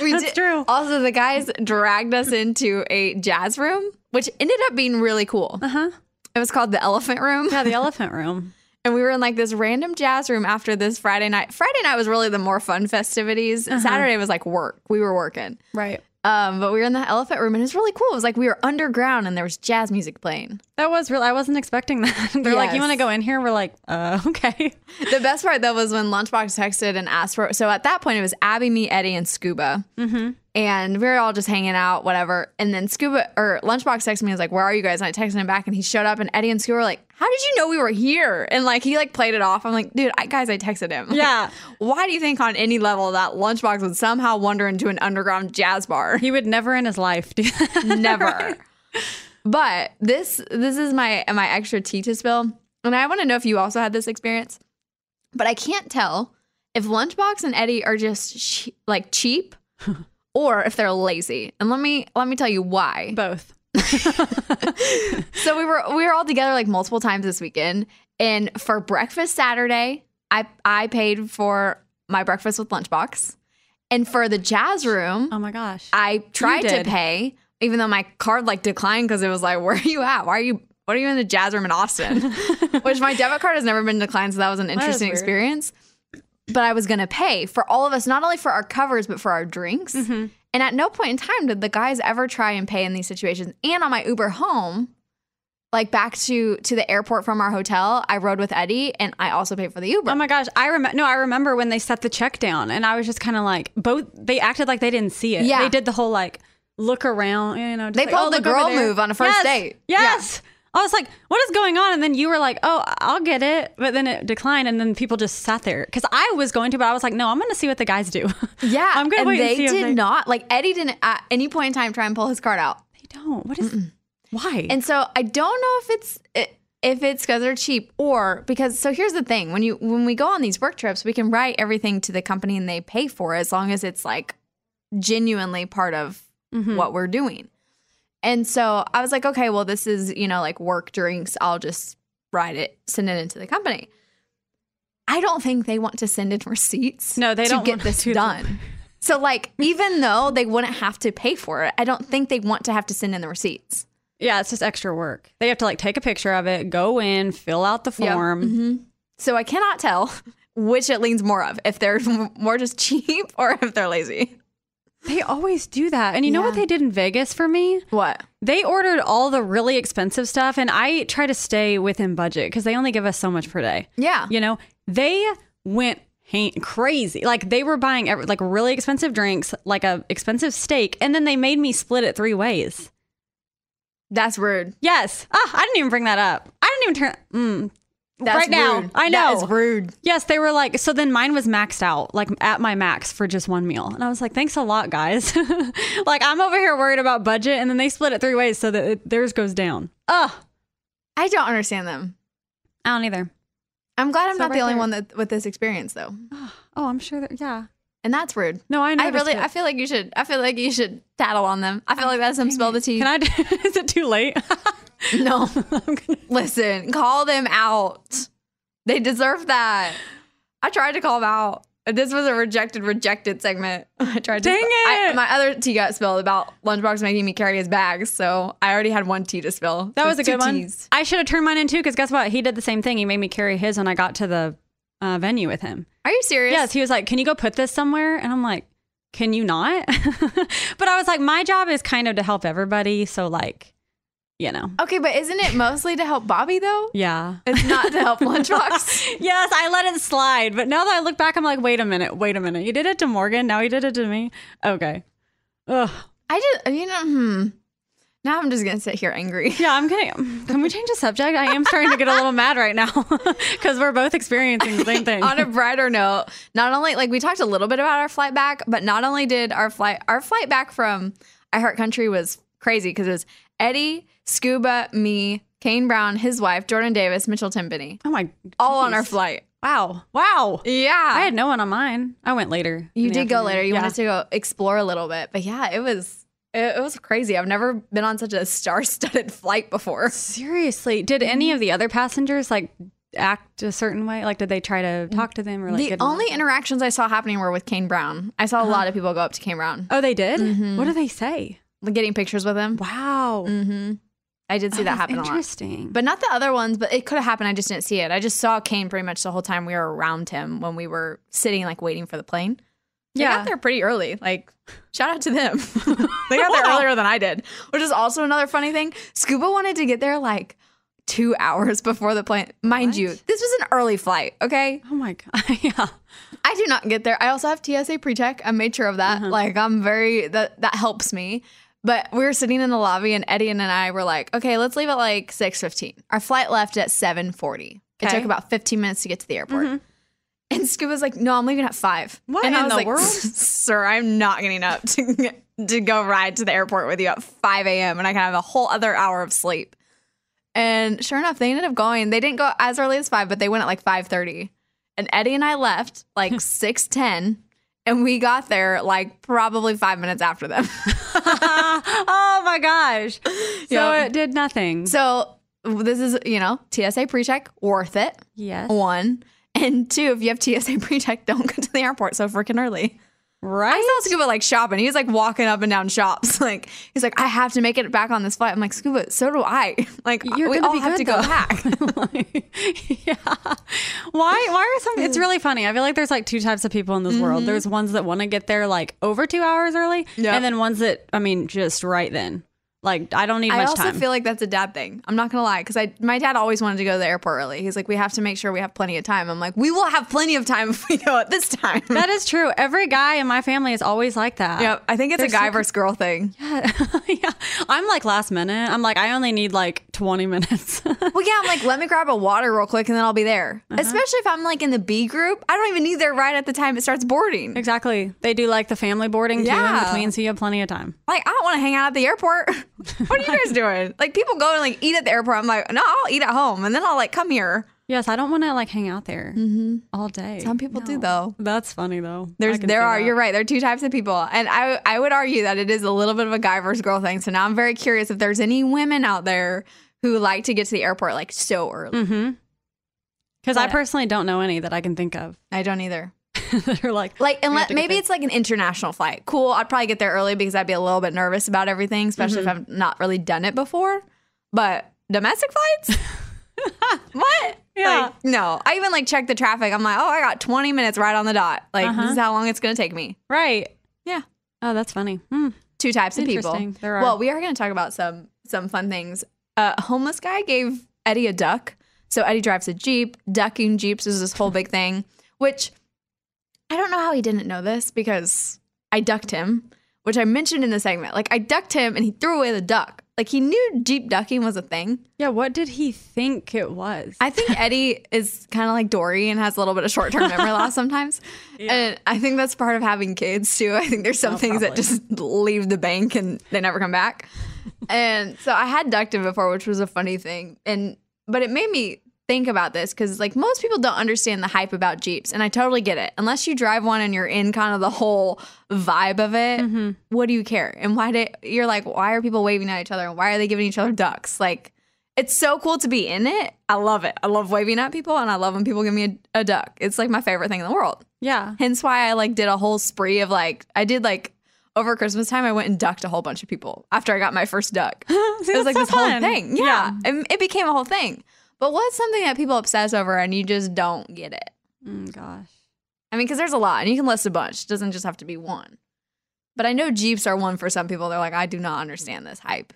we That's
true.
Also, the guys dragged us into a jazz room, which ended up being really cool. Uh
huh.
It was called the Elephant Room.
Yeah. The elephant room.
And we were in like this random jazz room after this Friday night. Friday night was really the more fun festivities.
Uh-huh.
Saturday was like work. We were working.
Right.
Um, but we were in the elephant room and it was really cool. It was like we were underground and there was jazz music playing.
That was real. I wasn't expecting that. They're like, you
Yes.
want to go in here? We're like, uh, okay.
The best part though was when Lunchbox texted and asked for so at that point it was Abby, me, Eddie, and Scuba.
Mm-hmm.
And we were all just hanging out, whatever. And then Scuba or Lunchbox texted me and was like, Where are you guys? And I texted him back and he showed up and Eddie and Scuba were like, How did you know we were here? And like he like played it off. I'm like, dude, I, guys, I texted him. Like,
Yeah.
Why do you think on any level that Lunchbox would somehow wander into an underground jazz bar?
He would never in his life do that.
Never. But this this is my my extra tea to spill. And I want to know if you also had this experience. But I can't tell if Lunchbox and Eddie are just sh- like cheap or if they're lazy. And let me let me tell you why.
Both.
so we were we were all together like multiple times this weekend and for breakfast Saturday, I I paid for my breakfast with Lunchbox. And for the jazz room,
oh my gosh.
I tried to
did.
pay, even though my card like declined because it was like, where are you at? Why are you? What are you in the jazz room in Austin? Which my debit card has never been declined, so that was an
is
interesting
weird.
experience. But I was gonna pay for all of us, not only for our covers but for our drinks.
Mm-hmm.
And at no point in time did the guys ever try and pay in these situations. And on my Uber home, like back to to the airport from our hotel, I rode with Eddie, and I also paid for the Uber.
Oh my gosh. I remember. No, I remember when they set the check down, and I was just kind of like, both. They acted like they didn't see it.
Yeah.
They did the whole like look around. You know. just
They
like,
pulled
oh,
the
look
girl
over there.
move on a first
Yes.
date.
Yes. I was like, what is going on? And then you were like, oh, I'll get it. But then it declined, and then people just sat there because I was going to, but I was like, no, I'm going to see what the guys do.
Yeah,
I'm gonna
and
wait and
they
see if
did
they-
not like Eddie didn't at any point in time try and pull his card out.
They don't. What is?
Why? And so I don't know if it's i- if it's because they're cheap or because so here's the thing when you when we go on these work trips we can write everything to the company and they pay for it as long as it's like genuinely part of
Mm-hmm.
Mhm.
what we're doing. And so I was like, okay, well this is you know like work drinks. I'll just write it, send it into the company. I don't think they want to send in receipts. No,
they
to
don't
get
want
this done. So like even though they wouldn't have to pay for it, I don't think they want to have to send in the receipts.
Yeah, it's just extra work. They have to like take a picture of it, go in, fill out the
Yeah.
form.
Mhm. So I cannot tell which it leans more of if they're more just cheap or if they're lazy.
They always do that. And you know what
Yeah.
they did in Vegas for me?
What?
They ordered all the really expensive stuff, and I try to stay within budget because they only give us so much per day.
Yeah.
You know, they went ha- crazy. Like they were buying ev- like really expensive drinks, like a expensive steak, and then they made me split it three ways.
That's rude.
Yes. Ah, I didn't even bring that up. I didn't even turn. Mm.
That's
right now,
rude. That
I know
is rude.
Yes, they were like. So then mine was maxed out, like at my max for just one meal, and I was like, "Thanks a lot, guys." like I'm over here worried about budget, and then they split it three ways so that it, theirs goes down. Ugh.
I don't understand them.
I don't either.
I'm glad I'm
So
not
right
the only
there.
one that with this experience though.
Oh, I'm sure that yeah.
And that's rude.
No, I know.
I really I feel like you should I feel like you should tattle on them. I feel like that's some spill the tea. Can
I is it too late?
no. Listen, call them out. They deserve that. I tried to call them out. This was a rejected, rejected segment. I tried to.
Dang
I- my other tea got spilled about Lunchbox making me carry his bags, so I already had one tea to spill.
That
So
was a
it's two
good one.
teas.
I should have turned mine in too, because guess what? He did the same thing. He made me carry his when I got to the uh, venue with him.
Are you serious?
Yes. He was like, "Can you go put this somewhere?" And I'm like, "Can you not?" but I was like, "My job is kind of to help everybody, so like, you know."
Okay, but isn't it mostly to help Bobby though?
Yeah.
It's not to help Lunchbox.
yes, I let it slide. But now that I look back, I'm like, wait a minute, wait a minute. You did it to Morgan. Now you did it to me. Okay. Ugh.
I just, you know, hmm. Now I'm just gonna sit here angry.
Yeah, I'm gonna. Can we change the subject? I am starting to get a little mad right now because we're both experiencing the same thing.
on a brighter note, not only like we talked a little bit about our flight back, but not only did our flight our flight back from I Heart Country was crazy because it was Eddie, Scuba, me, Kane Brown, his wife, Jordan Davis, Mitchell Timpany.
Oh my!
All on
geez.
our flight.
Wow! Wow!
Yeah,
I had no one on mine. I went later.
You
in the
did go
afternoon.
later. You
Yeah.
wanted to go explore a little bit, but yeah, it was it, it was crazy. I've never been on such a star-studded flight before.
Oh Seriously, did any of the other passengers like act a certain way? Like, did they try to talk to them or like?
the
get along?
only interactions I saw happening were with Kane Brown. I saw a
Uh-huh.
lot of people go up to Kane Brown.
Oh, they did. What did they say?
Getting pictures with him.
Wow.
Mm-hmm. I did see
Oh,
that
that's
happen. A
interesting.
lot. But not the other ones. But it could have happened. I just didn't see it. I just saw Kane pretty much the whole time we were around him when we were sitting like waiting for the plane. They
Yeah.
got there pretty early. Like, shout out to them. they got there
Wow.
earlier than I did, which is also another funny thing. Scuba wanted to get there like two hours before the plane. Mind you, this was an early flight, okay?
Oh my God. yeah.
I do not get there. I also have TSA pre check. I made sure of that. Like, I'm very, that, that helps me. But we were sitting in the lobby and Eddie and I were like, okay, let's leave at like 6.15. Our flight left at 7.40. It
Okay.
took about 15 minutes to get to the airport. And Scuba's like, no, I'm leaving at five.
What
and I
in
was
the
like,
world?
Sir, I'm not getting up to, to go ride to the airport with you at 5 a.m. and I can have a whole other hour of sleep. And sure enough, they ended up going. They didn't go as early as five, but they went at like 5:30. And Eddie and I left like 6:10. And we got there like probably five minutes after them.
oh my gosh. So
Yeah.
it did nothing.
So this is, you know, TSA pre-check, worth it.
Yes.
One. And two, if you have TSA pre-check, don't go to the airport so freaking early.
Right.
I saw Scuba like shopping. He was like walking up and down shops. Like he's like, I have to make it back on this flight. I'm like, Scuba, so do I. Like
You're
we
gonna
all
be
have to
good,
go
though.
back.
Why? Why are some?
Mm.
It's really funny. I feel like there's like two types of people in this world.
Mhm.
There's ones that want to get there like over two hours early,
Yeah.
and then ones that I mean just right then. Like I don't need
I
much
also
time.
feel like that's a dad thing. I'm not gonna lie, because I my dad always wanted to go to the airport early. He's like, we have to make sure we have plenty of time. I'm like, we will have plenty of time if we go at this time.
that is true. Every guy in my family is always like that.
yeah, I think it's
There's
a guy
some-
versus girl thing.
I'm like last minute. I'm like I only need like 20 minutes.
well, yeah, I'm like, let me grab a water real quick and then I'll be there.
Uh-huh.
Especially if I'm like in the B group, I don't even need there right at the time it starts boarding.
exactly. They do like the family boarding too
Yeah.
in between, so you have plenty of time.
Like, I don't want to hang out at the airport. What are you guys doing? Like people go and like eat at the airport. I'm like, no, I'll eat at home, and then I'll like come here.
Yes, I don't want to like hang out there all day.
Some people do though.
That's funny though.
There's
I can
there
see
are
that.
you're right. There are two types of people, and I I would argue that it is a little bit of a guy versus girl thing. So now I'm very curious if there's any women out there who like to get to the airport like so early.
Mm-hmm. Because I
But-
personally don't know any that I can think of.
I don't either.
They're like
Like
have
unless
to get
maybe it's like an international flight. Cool. I'd probably get there early because I'd be a little bit nervous about everything, especially
Mhm.
if I've not really done it before. But domestic flights. what?
Yeah.
Like, no. I even like checked the traffic. I'm like, oh, I got 20 minutes right on the dot. Like
Uh-huh.
this is how long it's going to take me.
right.
Yeah.
Oh, that's funny. Hmm.
two types of people.
Interesting. There are.
Well, we are going to talk about some some fun things. A homeless guy gave Eddie a duck, so Eddie drives a jeep. Ducking jeeps is this whole big thing, which I don't know how he didn't know this because I ducked him, which I mentioned in the segment. Like I ducked him and he threw away the duck. Like he knew jeep ducking was a thing.
Yeah. What did he think it was?
I think Eddie is kind of like Dory and has a little bit of short term memory loss sometimes. And I think that's part of having kids too. I think there's some
Oh,
things that
probably.
just leave the bank and they never come back. and so I had ducked him before, which was a funny thing. And but it made me think about this because like most people don't understand the hype about Jeeps. And I totally get it. Unless you drive one and you're in kind of the whole vibe of it,
Mm-hmm.
what do you care? And why did you're like, why are people waving at each other and why are they giving each other ducks? Like it's so cool to be in it. I love it. I love waving at people and I love when people give me a, a duck. It's like my favorite thing in the world.
Yeah.
Hence why I like did a whole spree of like I did like over Christmas time I went and ducked a whole bunch of people after I got my first duck. it was
that's
like
so
this whole
fun.
thing. Yeah. And it became a whole thing. But what's something that people obsess over and you just don't get it?
Mm, gosh.
I mean, because there's a lot, and you can list a bunch. It doesn't just have to be one. But I know Jeeps are one for some people. They're like, I do not understand this hype.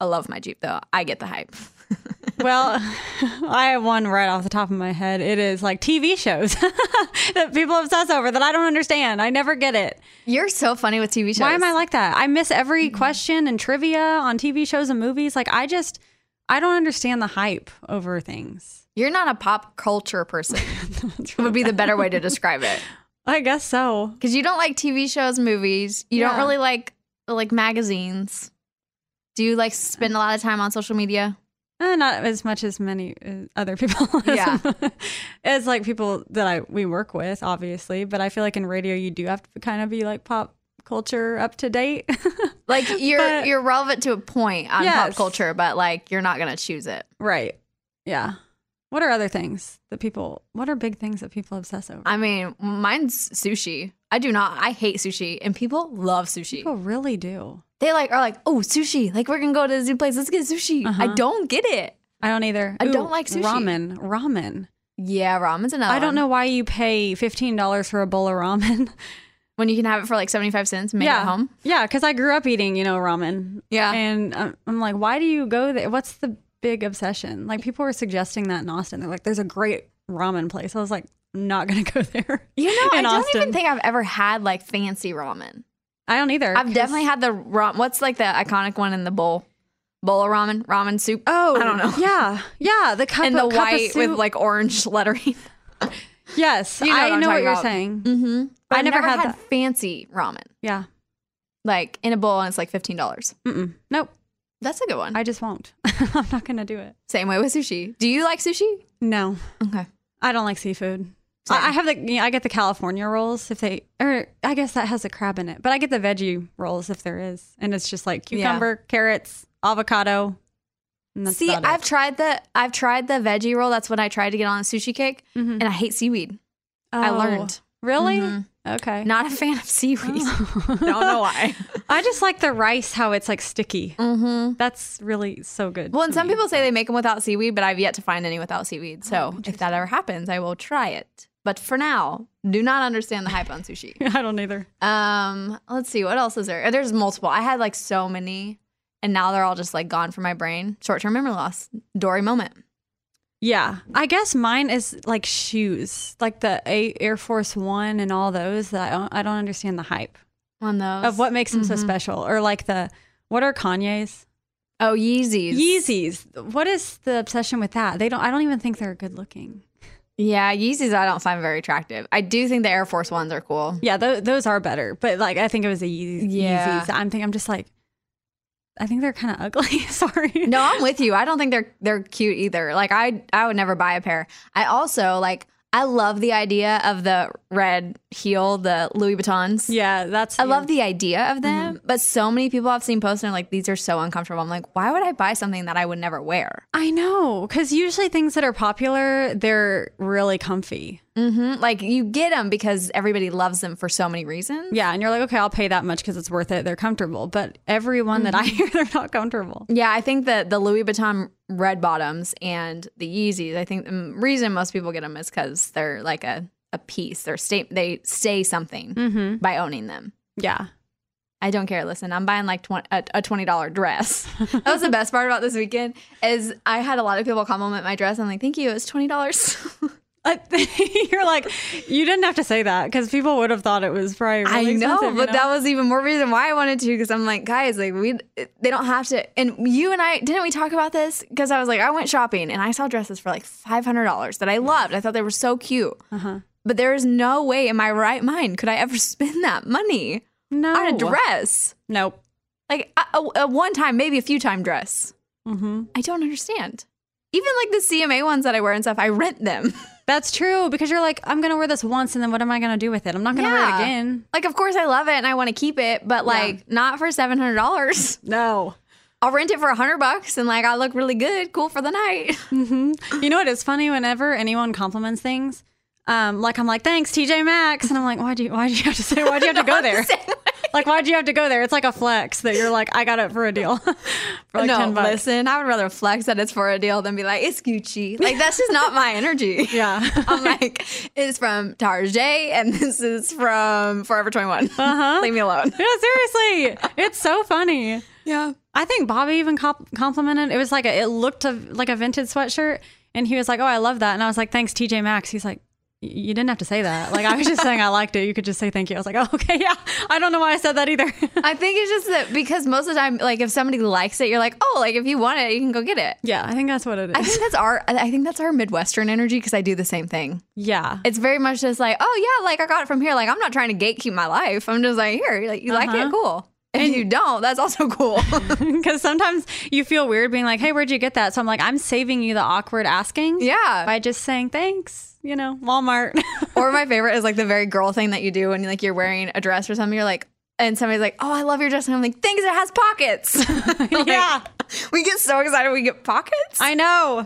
I love my Jeep though. I get the hype.
well, I have one right off the top of my head. It is like TV shows that people obsess over that I don't understand. I never get it.
You're so funny with TV shows. Mm-hmm.
Why am I like that? I miss every question and trivia on TV shows and movies. Like I just I don't understand the hype over things.
You're not a pop culture person. would be the better way to describe it.
I guess so.
Because you don't like TV shows, movies. You don't
Yeah.
really like like magazines. Do you like spend a lot of time on social media?
Uh, not as much as many uh, other people.
Yeah.
as like people that I we work with, obviously. But I feel like in radio, you do have to kind of be like pop culture up to date.
Like you're
But-
you're relevant to a point on pop
Yes.
culture, but like you're not gonna choose it.
right. Yeah. What are other things that people? What are big things that people obsess over?
I mean, mine's sushi. I do not. I hate sushi, and people love sushi.
People really do.
They like are like, oh, sushi. Like we're gonna go to this new place. Let's get sushi. I
Uh-huh.
don't get it.
I don't either.
I don't like sushi.
Ramen. Ramen.
Yeah, ramen's another.
I don't
one.
know why you pay fifteen dollars for a bowl of ramen.
when you can have it for like seventy five cents made
yeah,
at home.
yeah, because I grew up eating, you know, ramen.
Yeah.
and I'm, I'm like, why do you go there? What's the big obsession? Like people were suggesting that in Austin, they're like, there's a great ramen place. I was like, I'm not gonna go there.
You know, I
in
don't
Austin.
even think I've ever had like fancy ramen.
I don't either.
I've
'cause-
definitely had the ramen. What's like the iconic one in the bowl? Bowl of ramen, ramen soup.
Oh,
I don't know.
Yeah, yeah, the cup
And the
of, cup of
white with
soup.
like orange lettering.
yes,
You know
I
what I'm
know what
talking
you're
about.
saying.
Mm-hmm.
I
I've
never had that.
fancy ramen,
Yeah,
like in a bowl, and it's like fifteen dollars.
Mm-mm. nope,
That's a good one.
Mm. I just won't. I'm not gonna do it.
Same way with sushi. Do you like sushi?
No.
Okay.
I don't like seafood. I I have the yeah, I get the California rolls if they or I guess that has the crab in it, but I get the veggie rolls if there is, and it's just like
Yeah.
cucumber, carrots, avocado. And that's
See,
about it.
I've tried the I've tried the veggie roll. That's what I tried to get on a sushi cake,
Mm-hmm.
and I hate seaweed. I
Oh,
learned
really
Mhm.
okay.
not a fan of seaweed. Don't know why.
I just like the rice how it's like sticky.
Mm-hmm.
That's really so Oh, good.
Well, and some people say they make them without seaweed, but I've yet to find any without seaweed. So if that ever happens, I will try it. But for now, do not understand the hype on sushi.
I don't either.
Um, let's see what else is there. There's multiple. I had like so many, and now they're all just like gone from my brain. Short term memory loss, Dory moment.
Yeah, I guess mine is like shoes, like the A- Air Force One and all those that I don't, I don't understand the hype.
On those
of what makes them so
Mhm.
special or like the what are Kanye's
Oh, Yeezys.
Yeezys what is the obsession with that they don't I don't even think they're good looking
Yeah, Yeezys I don't find very attractive. I do think the Air Force ones are cool.
yeah tho- those are better but like I think it was the Yeezys
Yeah.
Yeezys. I'm think I'm just like I think they're kind of ugly. Sorry.
No, I'm with you. I don't think they're they're cute either. Like I I would never buy a pair. I also like I love the idea of the red heel, the Louis Vuittons.
Yeah, that's
I love the idea of them, but so many people I've seen post and are like these are so uncomfortable. I'm like, why would I buy something that I would never wear?
I know, because usually things that are popular, they're really comfy.
Mm-hmm. Like you get them because everybody loves them for so many reasons.
Yeah, and you're like, okay, I'll pay that much because it's worth it. They're comfortable, but everyone that I
Mm-hmm.
hear, they're not comfortable.
Yeah, I think that the Louis Vuitton red bottoms and the Yeezys. I think the m- reason most people get them is because they're like a a piece. They're sta- they say something
Mhm.
by owning them.
Yeah.
I don't care. Listen, I'm buying like 20, a, a twenty dollar dress. that was the best part about this weekend is I had a lot of people compliment my dress. I'm like, thank you. It was twenty dollars.
you're like, you didn't have to say that because people would have thought it was probably. Really
I know,
expensive, you
but that was even more reason why I wanted to because I'm like, guys, like we they don't have to. And you and I didn't we talk about this because I was like, I went shopping and I saw dresses for like five hundred dollars that I loved. I thought they were so cute,
Uh-huh.
but there is no way in my right mind could I ever spend that money
no.
on a dress.
Nope.
Like a, a, a one time, maybe a few time dress.
Mm-hmm.
I don't understand. Even like the CMA ones that I wear and stuff, I rent them.
That's true because you're like, I'm gonna wear this once, and then what am I gonna do with it? I'm not gonna wear it
Yeah.
again.
Like, of course, I love it and I want to keep it, but like, not for seven hundred dollars.
No,
I'll rent it for a hundred bucks and like I look really good, cool for the night.
Mm-hmm. You know what? It's funny whenever anyone compliments things. Um, like I'm like, thanks, TJ Maxx, and I'm like, why do you why do you have to say why do you have to go there? like, why do you have to go there? It's like a flex that you're like, I got it for a deal. for like
no,
10 bucks.
listen, I would rather flex that it's for a deal than be like it's Gucci. Like that's just not my energy.
Yeah,
I'm like it's from Target and this is from Forever 21. Uh-huh. Leave me alone.
Yeah, seriously, it's so funny.
Yeah,
I think Bobby even comp- complimented. It was like a, it looked a, like a vintage sweatshirt, and he was like, "Oh, I love that," and I was like, "Thanks, TJ Maxx." He's like. "Y- You didn't have to say that. Like I was just saying, I liked it. You could just say thank you. I was like, oh, okay, yeah. I don't know why I said that either.
I think it's just that because most of the time, like if somebody likes it, you're like, oh, like if you want it, you can go get it.
Yeah, I think that's what it is.
I think that's our I think that's our Midwestern energy because I do the same thing.
yeah,
It's very much just like, oh yeah, like I got it from here. Like I'm not trying to gatekeep my life. I'm just like, here, like you like
Uh-huh.
it, cool. If you don't, that's also cool.
Because sometimes you feel weird being like, hey, where'd you get that? So I'm like, I'm saving you the awkward asking.
Yeah.
By just saying thanks, you know, Walmart.
or my favorite is like the very girl thing that you do when like you're wearing a dress or something. You're like, and somebody's like, oh, I love your dress, and I'm like, thanks, it has pockets.
yeah.
we get so excited we get pockets.
I know.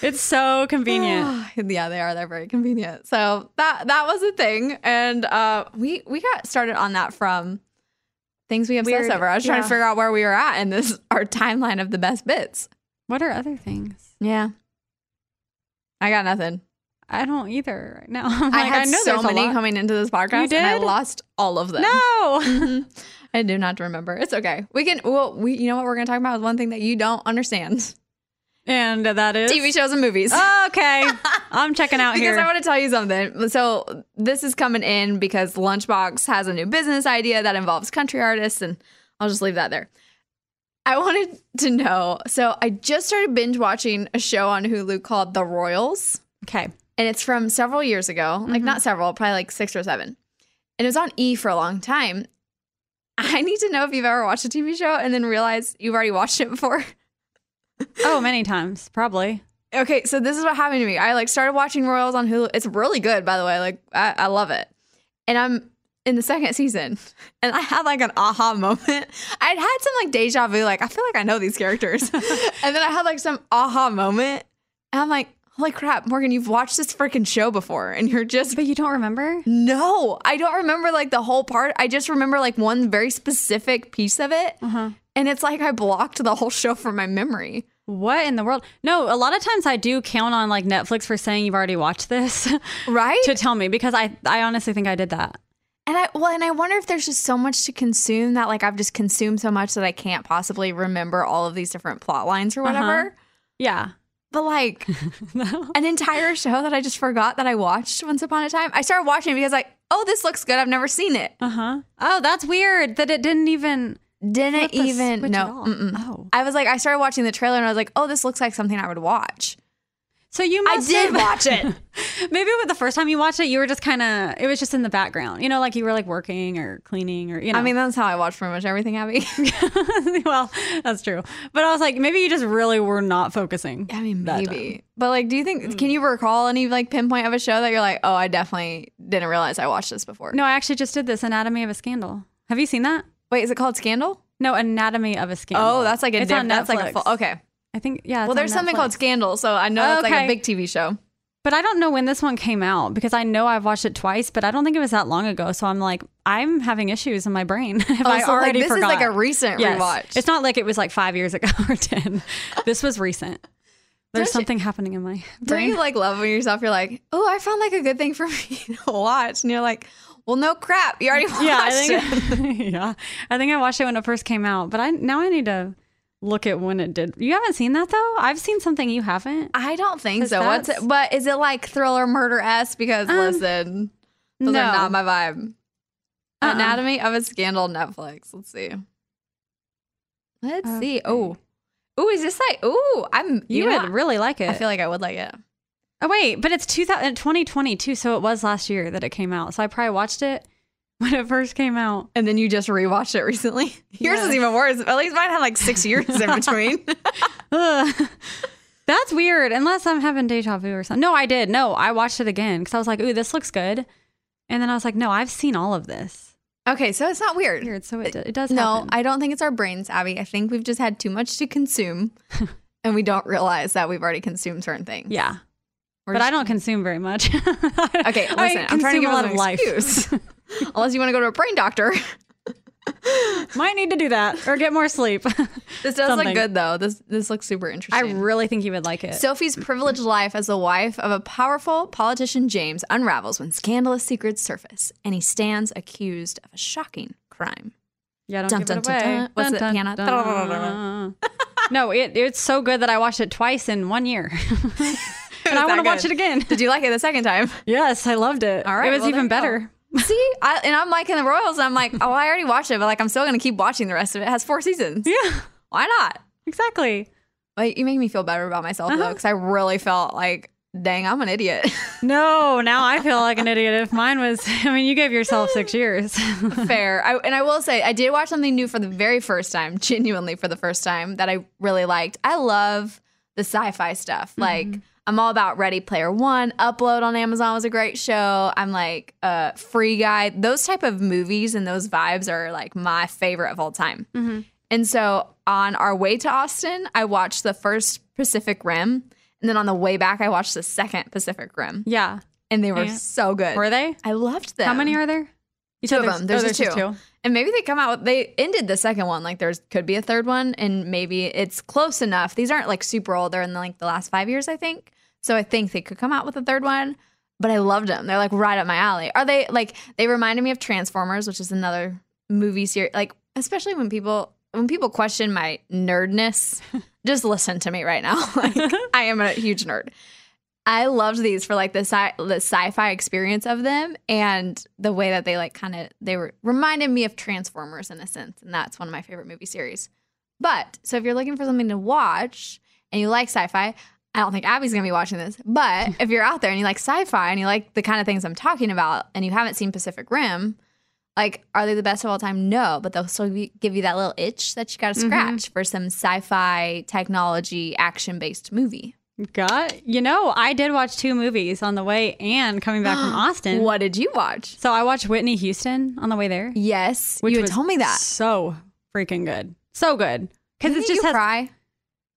It's so convenient.
yeah, they are. They're very convenient. So that that was a thing, and uh, we we got started on that from things we obsess
Weird.
over. I was trying
Yeah.
to figure out where we were at in this our timeline of the best bits.
What are other things?
Yeah, I got nothing.
I don't either right now.
I had so many coming into this podcast,
You
and I
did?
lost all of them.
No.
Mhm. I do not remember. It's okay. We can. Well, we. You know what we're going to talk about is one thing that you don't understand:
And that is
TV shows and movies.
Okay. I'm checking out
because
here.
I want to tell you something. So this is coming in because Lunchbox has a new business idea that involves country artists, and I'll just leave that there. I wanted to know. So I just started binge watching a show on Hulu called The Royals.
Okay.
And it's from several years ago, like not several, probably like six or seven. And it was on E for a long time. I need to know if you've ever watched a TV show and then realize you've already watched it before.
oh, many times, probably.
Okay, so this is what happened to me. I like started watching Royals on Hulu. It's really good, by the way. Like I, I love it. And I'm in the second season, and I had like an aha moment. I'd had some like deja vu. Like I feel like I know these characters, and then I had like some aha moment, and I'm like, holy crap, Morgan, you've watched this freaking show before, and you're just.
But you don't remember?
No, I don't remember like the whole part. I just remember like one very specific piece of it.
Uh-huh.
And it's like I blocked the whole show from my memory.
What in the world? No, a lot of times I do count on like Netflix for saying you've already watched this,
right?
To tell me because I I honestly think I did that.
And I well, and I wonder if there's just so much to consume that like I've just consumed so much that I can't possibly remember all of these different plot lines or whatever.
Uh-huh. Yeah.
But like an entire show that I just forgot that I watched once upon a time. I started watching it because like, oh, this looks good. I've never seen it.
Uh huh. Oh, that's weird that it didn't even
Didn't
flip the
even
switch at
no.
all.
mm-mm.
Oh.
I was like, I started watching the trailer and I was like, oh, this looks like something I would watch.
So you
I
must
did
have-
watch it.
Maybe with the first time you watched it, you were just kind of, it was just in the background, you know, like you were like working or cleaning or, you know.
I mean, that's how I watch pretty much everything, Abby.
well, that's true. But I was like, maybe you just really were not focusing. I mean,
Maybe. But like, do you think, can you recall any like pinpoint of a show that you're like, oh, I definitely didn't realize I watched this before?
No, I actually just did this Anatomy of a Scandal. Have you seen that?
Wait, is it called Scandal?
No, Anatomy of a Scandal.
Oh, that's like a
It's
diff-
on
that's like a
Netflix.
full, okay.
I think, yeah. it's
well,
on
there's something called
Netflix.
Scandal, so I know that's like
Okay.
a big TV show.
But I don't know when this one came out because I know I've watched it twice, but I don't think it was that long ago. So I'm like, I'm having issues in my brain. if
Oh,
I
so, like,
already
this is like
forgot.
a recent
Yes.
rewatch.
It's not like it was like five years ago or ten. this was recent.
Don't
There's
you-
something happening in my
Don't
brain.
you like love when yourself? You're like, oh, I found like a good thing for me to watch, and you're like, well, no crap, you already watched
yeah, I
it.
think, yeah. I think I watched it when it first came out, but I now I need to look at when it did. You haven't seen that though. I've seen something you haven't.
I don't think
'Cause
so. What's
that's- Um,
it? But is it like thriller murder s? Because listen, those
no.
are not my vibe. Uh-uh. Anatomy of a Scandal Netflix. Let's see. Let's see. Oh, oh, is this like? Oh, I'm.
You
know,
would really like it.
I feel like I would like it.
Oh wait, but it's 2000, 2022, so it was last year that it came out. So I probably watched it when it first came out.
And then you just rewatched it recently. Yours is even worse. At least mine had like six years in between.
Ugh. That's weird. Unless I'm having deja vu or something. No, I did. No, I watched it again because I was like, "Ooh, this looks good," and then I was like, "No, I've seen all of this."
Okay, so it's not weird.
Weird. So it, do- it does.
no,
happen.
I don't think it's our brains, Abby. I think we've just had too much to consume, and we don't realize that we've already consumed certain things.
Yeah.
We're
but I
just-
don't consume very much.
Okay, listen. I am trying to
consume
give
a
us
lot of
an
life.
excuse. Unless you want to go to a brain doctor.
Might need to do that or get more sleep.
This does
Something.
look good though. This this looks super
I
interesting.
really think you would like it.
Sophie's privileged life as the wife of a powerful politician James unravels when scandalous secrets surface, and he stands accused of a shocking crime.
Yeah, don't
Dun,
give
dun,
it
dun,
away.
dun. What's the piano?
no, it, it's so good that I watched it twice in one year, and I want to watch it again.
Did you like it the second time?
Yes, I loved it.
All right,
it was
well, there
even
you go.
better.
See, I, and I'm liking the Royals. I'm like, oh, I already watched it, but like, I'm still gonna keep watching the rest of it. It has four seasons.
Yeah,
why not?
Exactly.
Like, you make me feel better about myself though,
Uh-huh.
because I really felt like, dang, I'm an idiot.
No, now I feel like an idiot. If mine was, I mean, you gave yourself six years.
Fair. I, and I will say, I did watch something new for the very first time, genuinely for the first time, that I really liked. I love the sci fi stuff.
Mm-hmm.
Like, I'm all about Ready Player One. Upload on Amazon was a great show. I'm like, uh, Free Guy. Those type of movies and those vibes are like my favorite of all time.
Mhm.
And so on our way to Austin, I watched the first Pacific Rim. And then on the way back, I watched the second Pacific Rim.
Yeah.
And they were
Yeah.
so good.
Were they?
I loved them.
How many are there?
two
You said
of them. There's,
oh,
just two. And maybe they come out. They ended the second one. Like there's could be a third one, and maybe it's close enough. These aren't like super old. They're in like the last five years, I think. So I think they could come out with a third one. But I loved them. They're like right up my alley. Are they like they reminded me of Transformers, which is another movie series. Like especially when people when people question my nerdness, just listen to me right now. Like I am a huge nerd. I loved these for like the sci the sci-fi experience of them and the way that they like kind of they were reminded me of Transformers in a sense and that's one of my favorite movie series. But so if you're looking for something to watch and you like sci-fi, I don't think Abby's gonna be watching this. But if you're out there and you like sci-fi and you like the kind of things I'm talking about and you haven't seen Pacific Rim, like are they the best of all time? No, but they'll still be- give you that little itch that you gotta
Mhm.
scratch for some sci-fi technology action-based movie.
Got you know, I did watch two movies on the way and coming back from Austin.
What did you watch?
So I watched Whitney Houston on the way there.
Yes,
which
you had
was
told me that.
So freaking good, so good because
Didn't
it's just
you
has-
cry.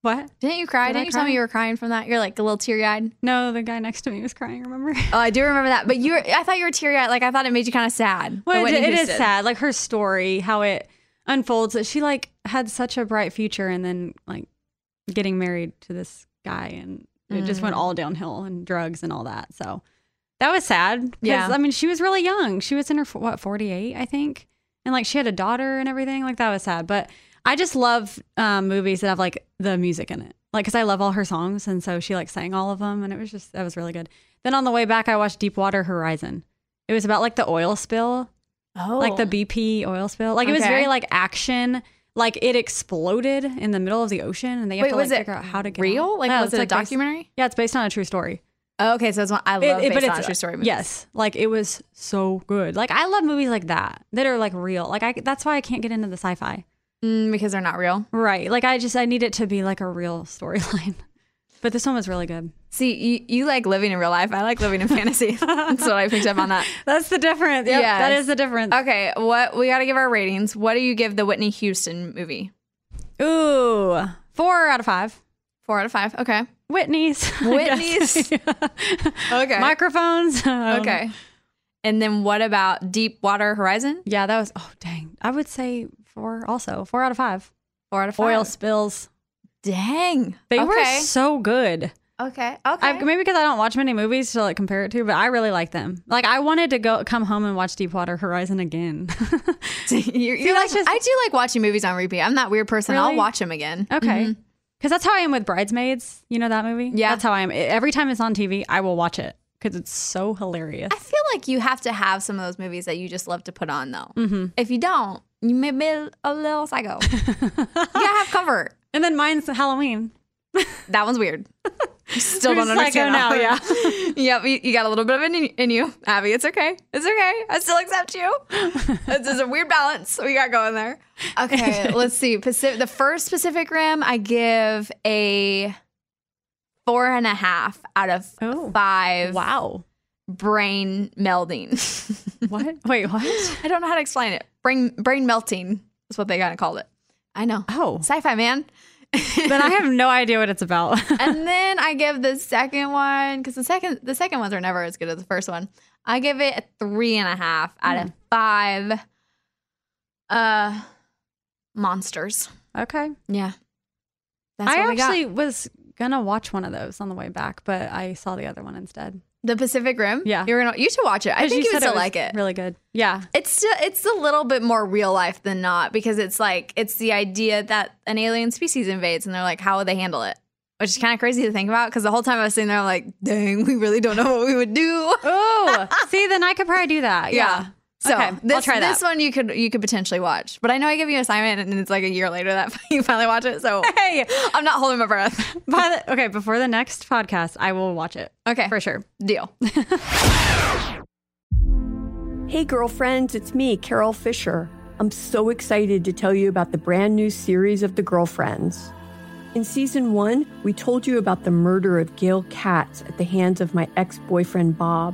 What?
Didn't you cry?
Did
Didn't
I
you tell
cry?
me you were crying from that? You're like a little teary eyed.
No, the guy next to me was crying. Remember?
Oh, I do remember that. But you, were, I thought you were teary eyed. Like I thought it made you kind of sad.
Well,
The
it,
Whitney
it is
Houston.
sad. Like her story, how it unfolds. That she like had such a bright future, and then like getting married to this guy, and it just
Mm.
went all downhill and drugs and all that. So that was sad. 'cause,
Yeah.
I mean, she was really young. She was in her f- what forty eight, I think, and like she had a daughter and everything. Like that was sad. But I just love um, movies that have like the music in it. Like, cause I love all her songs, and so she like sang all of them, and it was just that was really good. Then on the way back, I watched Deepwater Horizon. It was about like the oil spill
Oh,
like the BP oil spill. Like it was
Okay.
very like action. Like it exploded in the middle of the ocean, and they have
Wait,
to
was
like,
it
figure out how to get
real?
out.
Like, was
it's
it a
based-
documentary?
yeah, it's based on a true story.
Oh, okay, so it's one I love
but
based on
it's-
true story movies.
Yes, like it was so good. Like I love movies like that that are like real. Like I that's why I can't get into the sci-fi
mm, because they're not real.
Right. Like I just I need it to be like a real storyline. But this one was really good.
See, you, you like living in real life. I like living in fantasy. That's what I picked up on that.
That's the difference. Yep, that is the difference.
Okay, what we got to give our ratings. What do you give the Whitney Houston movie?
Ooh, four out of five.
Four out of five. Okay.
Whitney's. I
Whitney's. okay.
Microphones. Um,
okay. And then what about Deep Water Horizon?
Yeah, that was. Oh dang, I would say four. Also, four out of five.
Four out of
Oil
five.
spills.
Dang,
they were
Okay.
so good.
Okay. Okay.
I, maybe because I don't watch many movies to like compare it to, but I really like them. Like I wanted to go come home and watch Deepwater Horizon again.
you're, you're like I do like watching movies on repeat. I'm that weird person. I'll
Really?
watch them again.
Okay.
Mhm.
Because Mm-hmm. that's how I am with Bridesmaids. You know that movie? Yeah. That's how I am. E, Every time it's on TV, I will watch it because it's so hilarious.
I feel like you have to have some of those movies that you just love to put on though.
hmm
If you don't, you may be a little psycho. you gotta have comfort.
And then mine's Halloween.
That one's weird. You Still
You're
don't understand.
psycho
that
now,
one. yep, you, you got a little bit of it in, in you, Abby. It's okay. It's okay. I still accept you. this is a weird balance we got going there. Okay, let's see. Pacific, the first Pacific Rim, I give a four and a half out of five.
Wow.
Brain melding.
what? Wait, what?
I don't know how to explain it. Brain brain melting is what they kind of called it. I know.
Oh,
sci-fi man.
then I have no idea what it's about.
and then I give the second one because the second the second ones are never as good as the first one. I give it a three and a half out of five. Uh, monsters.
okay.
Yeah, That's
I
what we got.
actually was going to watch one of those on the way back, but I saw the other one instead.
the Pacific Rim.
Yeah.
you're gonna you should watch it. I
'Cause
think you would
said
still
was
like it.
Really good. Yeah.
It's still it's a little bit more real life than not because it's like it's the idea that an alien species invades and they're like, how would they handle it? Which is kind of crazy to think about because the whole time I was sitting there like, dang, we really don't know what we would do.
Oh, see, then I could probably do that. Yeah.
So
Okay, I'll
this,
try that.
this one you could you could potentially watch, but I know I give you an assignment and it's like a year later that you finally watch it. So
Hey,
I'm not holding my breath.
By the, okay, before the next podcast, I will watch it.
Okay.
For sure.
Deal.
Hey, girlfriends, it's me, Carol Fisher. I'm so excited to tell you about the brand new series of The Girlfriends. In season one, we told you about the murder of Gail Katz at the hands of my ex boyfriend, Bob.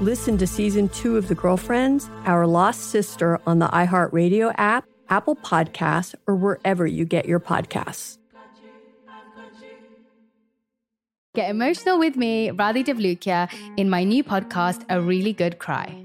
Listen to season two of The Girlfriends, Our Lost Sister on the iHeartRadio app, Apple Podcasts, or wherever you get your podcasts.
Get emotional with me, Radhi Devlukia, in my new podcast, A Really Good Cry.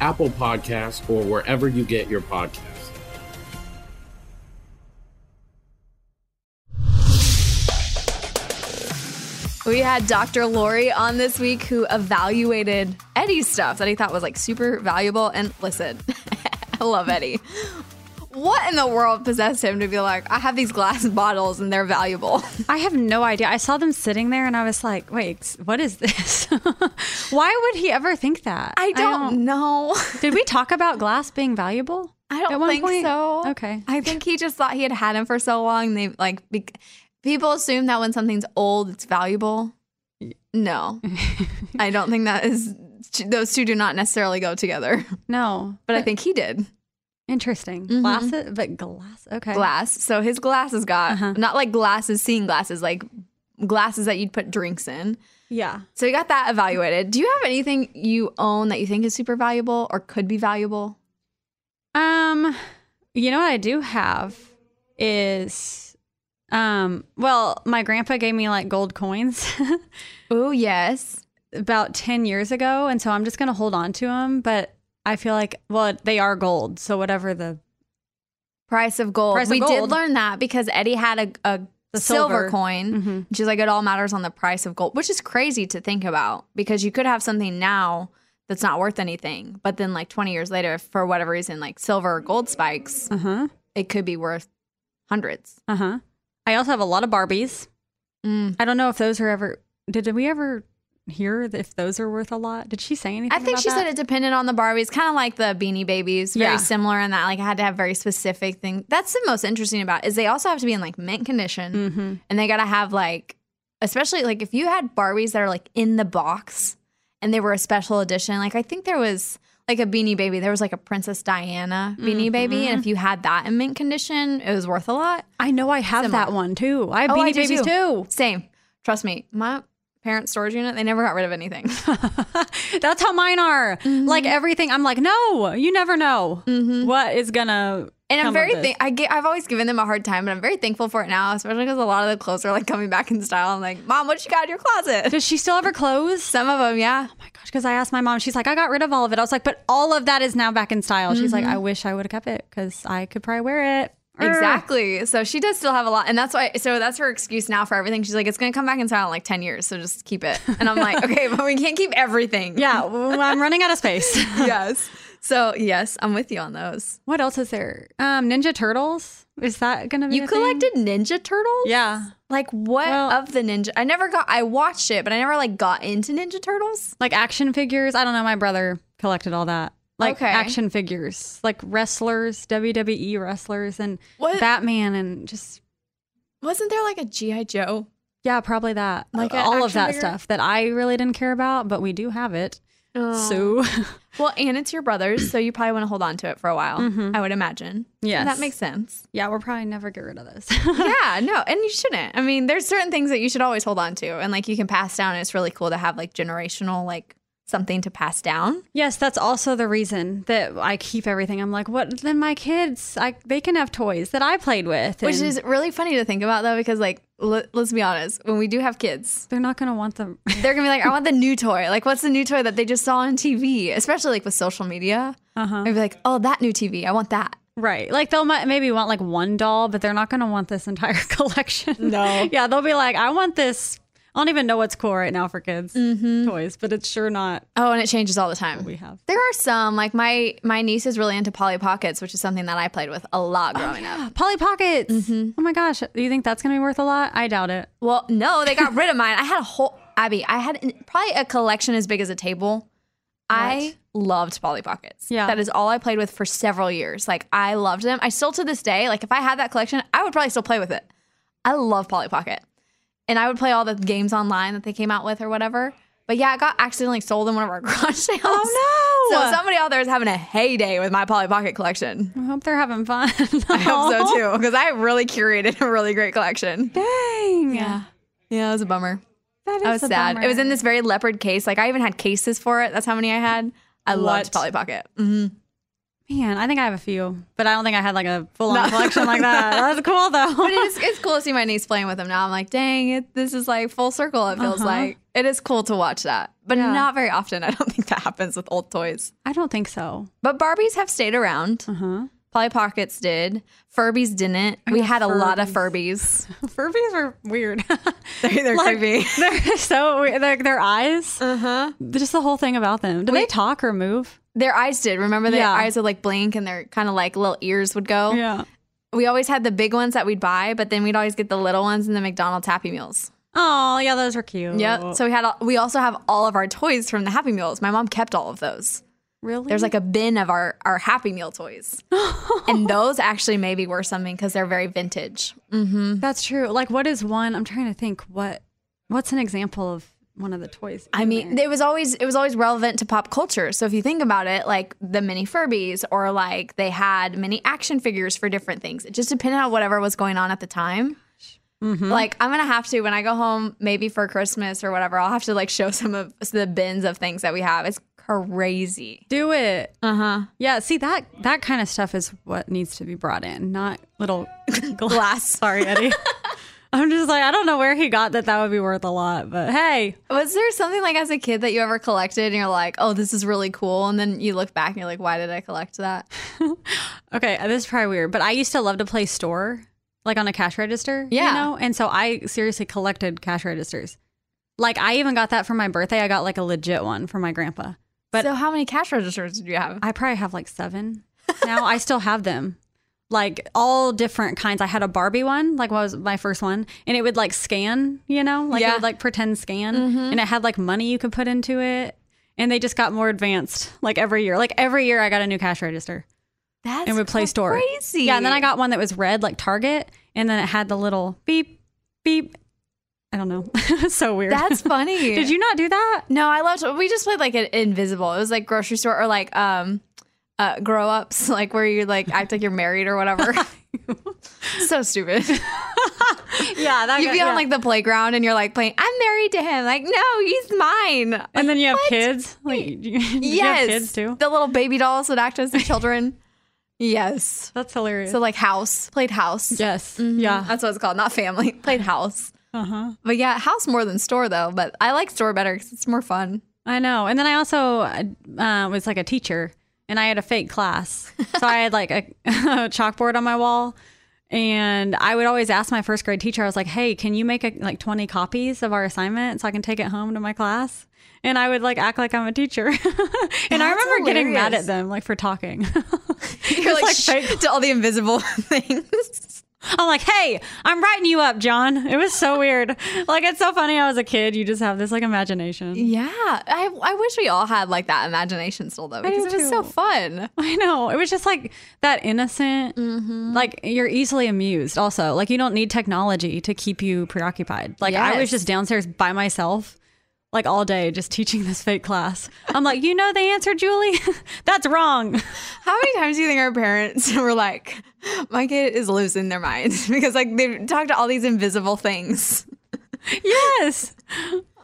Apple Podcasts, or wherever you get your podcasts.
We had Dr. Lori on this week who evaluated Eddie's stuff that he thought was like super valuable. And listen, I love Eddie. What in the world possessed him to be like, I have these glass bottles and they're valuable?
I have no idea. I saw them sitting there and I was like, wait, what is this? Why would he ever think that? I
don't know.
Did we talk about glass being valuable?
I don't
At one
think
point-
so.
Okay.
I think he just thought he had had him for so long. They like be- people assume that when something's old, it's valuable. No, I don't think that is. Those two do not necessarily go together.
No,
but I think Mm-hmm. he did.
Interesting. Glasses, but glass. Okay.
Glass. So his glasses got
Uh-huh.
not like glasses, seeing glasses, like glasses that you'd put drinks in.
Yeah.
So you got that evaluated. Do you have anything you own that you think is super valuable or could be valuable?
Um, you know what I do have is um well, my grandpa gave me like gold coins.
oh, yes.
About 10 years ago, and so I'm just going to hold on to them, but I feel like well, they are gold, so whatever the
Price of gold.
Price of
we did
gold.
learn that because Eddie had a, a
The
silver,
silver. Mm-hmm.
coin. She's like, it all matters on the price of gold, which is crazy to think about because you could have something now that's not worth anything. But then, like 20 years later, if for whatever reason, like silver or gold spikes,
uh-huh.
it could be worth hundreds.
Uh-huh. I also have a lot of Barbies. I don't know if those are ever did we ever hear if those are worth a lot? Did she say anything?
I think
about
she said
that?
it depended on the Barbies, kind of like the Beanie Babies, very
Yeah.
similar in that like I had to have very specific things. That's the most interesting about it, is they also have to be in like mint condition,
Mm-hmm.
and they gotta have like, especially like if you had Barbies that are like in the box and they were a special edition. Like I think there was like a Beanie Baby, there was like a Princess Diana Beanie
Mm-hmm.
Baby, and if you had that in mint condition, it was worth a lot.
I know I have that one too. Oh, I have Beanie Babies too.
Same. Trust me, my parents' storage unit, they never got rid of anything.
That's how mine are. Like everything, I'm like, no, you never know what is gonna.
And I'm
come
very,
of
th-
this.
I get, I've always given them a hard time, but I'm very thankful for it now, especially because a lot of the clothes are like coming back in style. I'm like, Mom, what you got in your closet?
Does she still have her clothes?
Some of them, yeah. Oh
my gosh, because I asked my mom, she's like, I got rid of all of it. I was like, but all of that is now back in style. She's like,
Mhm.
I wish I would have kept it because I could probably wear it. Urgh.
Exactly. So she does still have a lot, and that's why. So that's her excuse now for everything. She's like, it's gonna come back in style in like ten years, so just keep it. And I'm like, okay, but we can't keep everything.
Yeah, well, I'm running out of space.
yes. So yes, I'm with you on those.
What else is there? Um, Ninja Turtles. Is that gonna be?
You
a
collected Ninja Turtles?
Yeah.
Like what of the ninja? I never got. I watched it, but I never like got into Ninja Turtles.
Like action figures. I don't know. My brother collected all that. Like
Okay.
action figures, like wrestlers, WWE wrestlers, and
What-
Batman, and just
Wasn't there like a GI Joe?
Yeah, probably that.
Like
Like
a
all of
action
that
figure?
stuff that I really didn't care about, but we do have it.
Oh.
So
Well, and it's your brother's, so you probably want to hold on to it for a while.
Mhm.
I would imagine.
Yes.
that makes sense.
yeah, we'll probably never get rid of those.
yeah, no, and you shouldn't. I mean, there's certain things that you should always hold on to, and like you can pass down. And it's really cool to have like generational, like something to pass down.
yes, that's also the reason that I keep everything. I'm like, what? Then my kids, I they can have toys that I played with,
Which
and
is really funny to think about though, because like, l- let's be honest, when we do have kids,
they're not gonna want them.
they're gonna be like, I want the new toy. Like, what's the new toy that they just saw on TV? Especially like with social media.
Uh-huh.
I'd be like, oh, that new TV. I want that.
Right. Like they'll mi- maybe want like one doll, but they're not going to want this entire collection. No. yeah, they'll be like, I want this I don't even know what's cool right now for kids
Mhm.
toys, but it's sure not.
Oh, and it changes all the time.
We have.
There are some like my my niece is really into Polly Pockets, which is something that I played with a lot growing up.
uh, Polly Pockets.
Mm-hmm.
Oh my gosh. Do you think that's going to be worth a lot? I doubt it.
Well, no, they got rid of mine. I had a whole Abby. I had an, probably a collection as big as a table. I loved Polly Pockets.
Yeah.
that is all I played with for several years. Like I loved them. I still to this day. Like if I had that collection, I would probably still play with it. I love Polly Pocket, and I would play all the games online that they came out with or whatever. But yeah, it got accidentally sold in one of our garage sales. Oh
no.
So somebody out there is having a heyday with my Polly Pocket collection.
I hope they're having fun.
I hope so
Oh.
too, because I really curated a really great collection.
Dang. Yeah.
Yeah, it was a bummer.
That
I was sad. It was in this very leopard case. Like I even had cases for it. That's how many I had. I loved
What?
Polly Pocket. hmm
Man, I think I have a few, but I don't think I had like a full on collection like that. That was cool though.
but it is, it's cool to see my niece playing with them now. I'm like, dang, it, this is like full circle. It feels
Uh-huh.
like it is cool to watch that, but
Yeah.
not very often. I don't think that happens with old toys.
I don't think so.
But Barbies have stayed around.
Uh-huh.
Polly Pockets did. Furbies didn't. we had a lot of Furbies.
Furbies were weird.
they're they're
Like,
creepy. Uh-huh.
They're so weird. Like, their eyes. Uh
huh.
Just the whole thing about them. Do they talk or move?
Their eyes did. Remember, their
Yeah.
eyes would like blink and their kind of like little ears would go.
Yeah.
We always had the big ones that we'd buy, but then we'd always get the little ones in the McDonald's Happy Meals.
Oh, yeah, those were cute.
Yep. So we had. All, we also have all of our toys from the Happy Meals. My mom kept all of those.
Really?
There's like a bin of our our Happy Meal toys, and those actually maybe were something because they're very vintage.
Mm-hmm. That's true. Like, what is one? I'm trying to think. What? What's an example of one of the toys?
I mean, it was always it was always relevant to pop culture. So if you think about it, like the mini Furbies or like they had mini action figures for different things. It just depended on whatever was going on at the time. Like I'm gonna have to when I go home, maybe for Christmas or whatever, I'll have to like show some of the bins of things that we have. It's crazy.
do it.
Uh huh.
Yeah. See that that kind of stuff is what needs to be brought in, not little
glass.
Sorry, Eddie. I'm just like I don't know where he got that. That would be worth a lot, but hey.
Was there something like as a kid that you ever collected and you're like, oh, this is really cool, and then you look back and you're like, why did I collect that?
Okay, uh, this is probably weird, but I used to love to play store, like on a cash register.
Yeah.
You know? And so I seriously collected cash registers. Like I even got that for my birthday. I got like a legit one for my grandpa. But
so how many cash registers did you have?
I probably have like seven now. I still have them. Like all different kinds. I had a Barbie one, like what was my first one, and it would like scan, you know, like it
Yeah.
would like pretend scan,
Mhm.
and it had like money you could put into it. And they just got more advanced like every year. Like every year, I got a new cash register.
That's
and would play store.
crazy.
Yeah, and then I got one that was red, like Target, and then it had the little beep, beep. I don't know. It's so weird.
That's funny.
Did you not do that?
No, I loved. We just played like an invisible. It was like grocery store or like um, uh, grow ups, like where you like act like you're married or whatever. so stupid.
yeah, that
You'd
got-
be on
yeah.
like the playground and you're like playing. I'm married to him. Like no, he's mine. Like,
And then you have
what?
kids. Like, do you, did you
yes,
have kids too.
The little baby dolls would act as the children. yes,
that's hilarious.
So like mm-hmm. house played house.
Yes, yeah,
that's what it's called. Not family played house.
Uh huh.
But yeah, house more than store though. But I like store better because it's more fun.
I know. And then I also uh, was like a teacher and I had a fake class. So I had like a, chalkboard on my wall. And I would always ask my first grade teacher, I was like, hey, can you make a, like 20 copies of our assignment so I can take it home to my class? And I would like act like I'm a teacher. and I
That's
remember getting mad
hilarious.
at them like for talking.
You're like, "Shh," to all the invisible things.
I'm like, hey, I'm writing you up, John. It was so weird. Like, it's so funny. I was a kid. You just have this like imagination.
Yeah, I, I wish we all had like that imagination still though
I do
because it was so
too.
fun.
I know. It was just like that innocent, like you're easily amused, also. Like you don't need technology to keep you preoccupied. Like I was
Yes.
just downstairs by myself, like all day, just teaching this fake class. I'm like, you know the answer, Julie? That's wrong.
How many times do you think our parents were like, "My kid is losing their minds because like they talk to all these invisible things."
yes.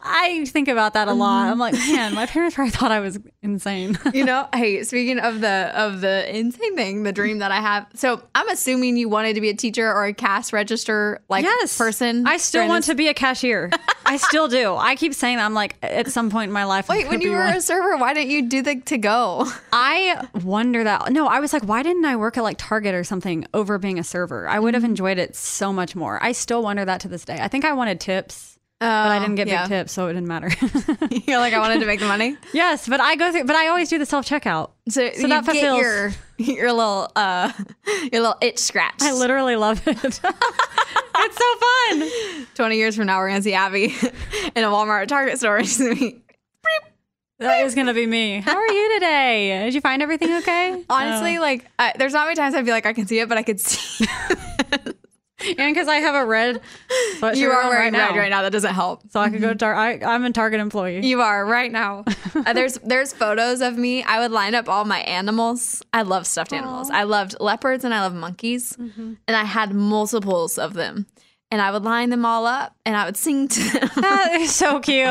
I think about that a lot. I'm like, man, my parents probably thought I was insane.
you know, hey, speaking of the of the insane thing, the dream that I have. So I'm assuming you wanted to be a teacher or a cash register like
yes.
person.
I still
during
want
this-
to be a cashier. I still do. I keep saying that. I'm like, at some point in my life, I'm
Wait, when
gonna
you
be
were
one.
a server, why didn't you do the to go?
I wonder that. No, I was like, why didn't I work at like Target or something
Mm-hmm.
over being a server? I would have enjoyed it so much more. I still wonder that to this day. I think I wanted tips but I didn't
Oh,
get
yeah.
big tips, so it didn't matter.
You're like, I wanted to make the money.
yes, but I go through, but I always do the self checkout.
So,
So
you
that
get
fulfills-
your your little uh your little itch scratch. I
literally love it. it's
so fun. Twenty years from now, we're gonna see Abby in a Walmart or Target store. She's gonna be-
That is gonna be me. How are you today? Did you find everything okay?
Honestly,
Oh.
like uh, there's not many times I feel like I can see it, but I could see.
and because I have a red sweatshirt
You are
on
wearing
right
red
now.
right now. Mm-hmm. That doesn't help.
So I could go to Tar- I, I'm a Target employee.
You are right now. Uh, there's there's photos of me. I would line up all my animals. I love stuffed animals. I loved leopards and I love monkeys,
Mm-hmm.
and I had multiples of them. And I would line them all up, and I would sing to them.
That is so cute.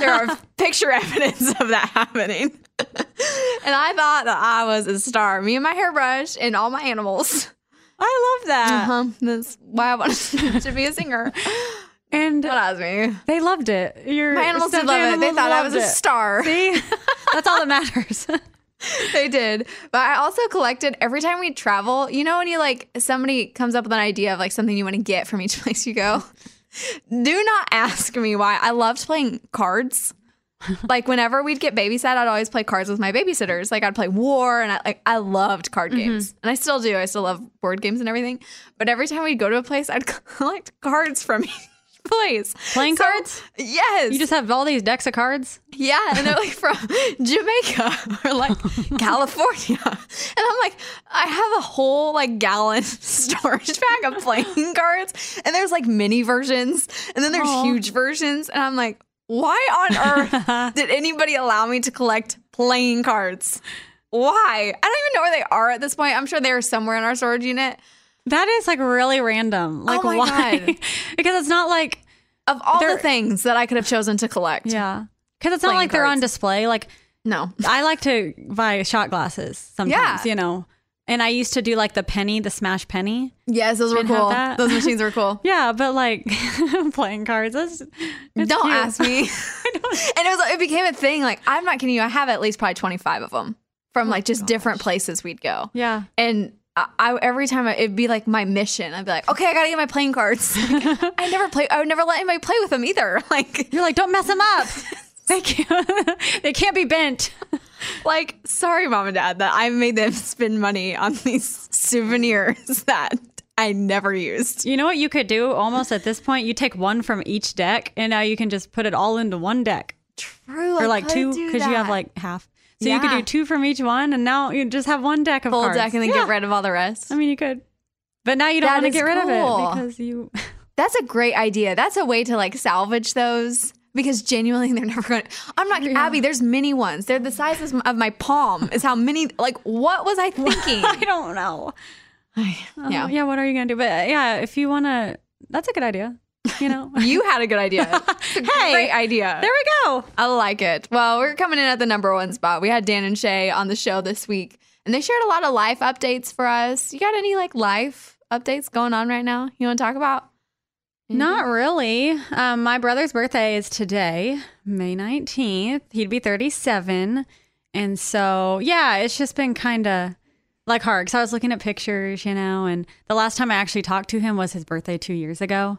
there are picture evidence of that happening. and I thought that I was a star. Me and my hairbrush and all my animals.
I love that.
Uh-huh. That's why I wanted to be a singer.
And
what else, me?
They loved it. Your
My animals did
stuffed
love it. They
animals
thought I
loved
was a
it.
star.
See? That's all that matters.
they did. But I also collected every time we travel, you know, when you like somebody comes up with an idea of like something you want to get from each place you go. Do not ask me why. I loved playing cards. like whenever we'd get babysat, I'd always play cards with my babysitters. Like I'd play war and I like I loved card
Mm-hmm.
games. And I still do. I still love board games and everything. But every time we'd go to a place, I'd collect cards from each place.
Playing
So-
cards?
Yes.
You just have all these decks of cards?
Yeah, and they're like from Jamaica or like California. And I'm like, I have a whole like gallon storage bag of playing cards, and there's like mini versions, and then there's
Aw.
huge versions, and I'm like, why on earth did anybody allow me to collect playing cards? Why? I don't even know where they are at this point. I'm sure they're somewhere in our storage unit.
That is like really random. Like
my
why?
God.
because it's not like
of all
they're-
the things that I could have chosen to collect.
Yeah. Because it's not like they're on display. Like
no,
I like to buy shot glasses sometimes. You know, and I used to do like the penny, the smash penny.
Yes, those were
And have
cool.
that.
Those machines were cool.
yeah, but like playing cards. That's, it's
don't
cute.
ask me. and it was it became a thing. Like I'm not kidding you. I have at least probably 25 of them from like just different places we'd go.
Yeah.
And I, I every time I, it'd be like my mission. I'd be like, okay, I gotta get my playing cards. Like, I never play. I would never let anybody play with them either. Like
you're like, don't mess them up. they can't. they can't be bent.
Like, sorry, mom and dad, that I made them spend money on these souvenirs that I never used.
You know what you could do? Almost at this point, you take one from each deck, and now you can just put it all into one deck.
True.
or
I
like
could
two
do
you have
that.
like half. So you could
Yeah.
do two from each one, and now you just have one deck of
full
cards.
deck and then
Yeah.
get rid of all the rest.
I mean, you could, but now you don't
That
want to
is
get rid of it
cool.
because you.
That's a great idea. That's a way to like salvage those because genuinely they're never going to. I'm not, Abby, there's mini ones. They're the sizes of my palm, is how many, like, what was I thinking?
I don't know.
yeah.
yeah. What are you gonna do? But uh, yeah, if you wanna, that's a good idea. You know.
You had a good idea. It's a great idea.
There we go.
I like it. Well, we're coming in at the number one spot. We had Dan and Shay on the show this week, and they shared a lot of life updates for us. You got any like life updates going on right now you want to talk about?
Not really. Um, my brother's birthday is today, May 19th. He'd be 37. And so, yeah, it's just been kind of like hard because I was looking at pictures, you know, and the last time I actually talked to him was his birthday two years ago.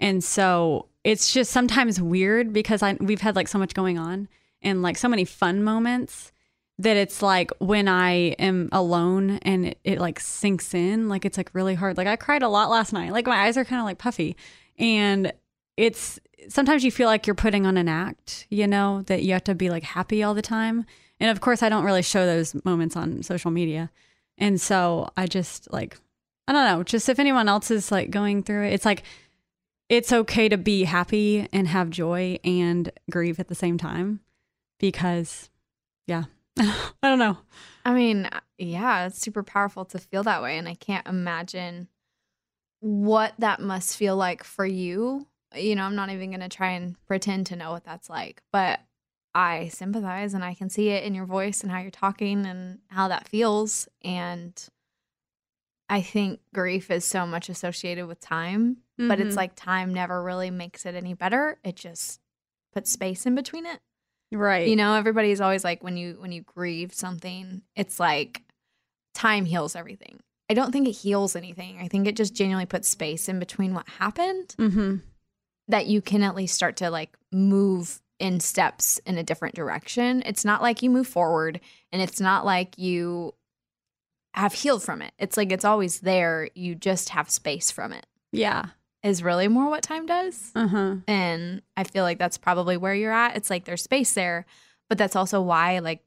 And so it's just sometimes weird because I, we've had like so much going on and like so many fun moments that it's like when I am alone and it, it like sinks in, like it's like really hard. Like I cried a lot last night. Like my eyes are kind of like puffy. And it's sometimes you feel like you're putting on an act, you know, that you have to be like happy all the time. And of course, I don't really show those moments on social media. And so I just like, I don't know, just if anyone else is like going through it, it's like, it's okay to be happy and have joy and grieve at the same time because, yeah, I don't know.
I mean, uh, yeah, it's super powerful to feel that way. And I can't imagine what that must feel like for you. You know, I'm not even going to try and pretend to know what that's like, but I sympathize and I can see it in your voice and how you're talking and how that feels. And I think grief is so much associated with time, but it's
Mhm.
like time never really makes it any better. It just puts space in between it
Right.
you know everybody's always like when you when you grieve something it's like time heals everything i don't think it heals anything i think it just genuinely puts space in between what happened
Mm-hmm.
that you can at least start to like move in steps in a different direction. It's not like you move forward and it's not like you have healed from it. It's like it's always there. You just have space from it.
Yeah.
Is really more what time does.
Uh-huh.
And I feel like that's probably where you're at. It's like there's space there, but that's also why like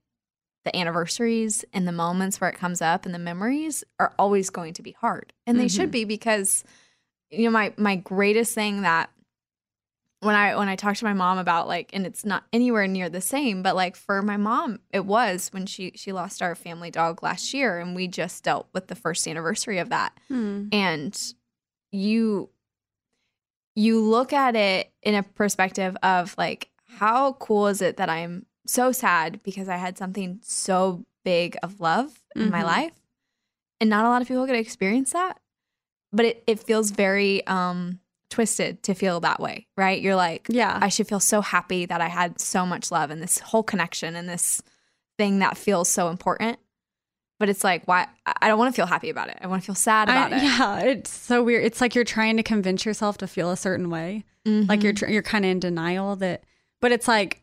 the anniversaries and the moments where it comes up and the memories are always going to be hard. And they should
Mhm.
be because you know my my greatest thing that when I when I talked to my mom about like and it's not anywhere near the same, but like for my mom it was when she she lost our family dog last year and we just dealt with the first anniversary of that.
Hmm.
And you you look at it in a perspective of like how cool is it that I'm so sad because I had something so big of love in my
Mm-hmm.
Mhm.
life and not a lot of people get to experience that but it, it feels very um twisted to feel that way right you're like
yeah
i should feel so happy that i had so much love and this whole connection and this thing that feels so important but it's like why I- i don't want to feel happy about it i want to feel sad about
I-
it
Yeah, it's so weird. It's like you're trying to convince yourself to feel a certain way. Like you're tr- you're kind of in denial that, but it's like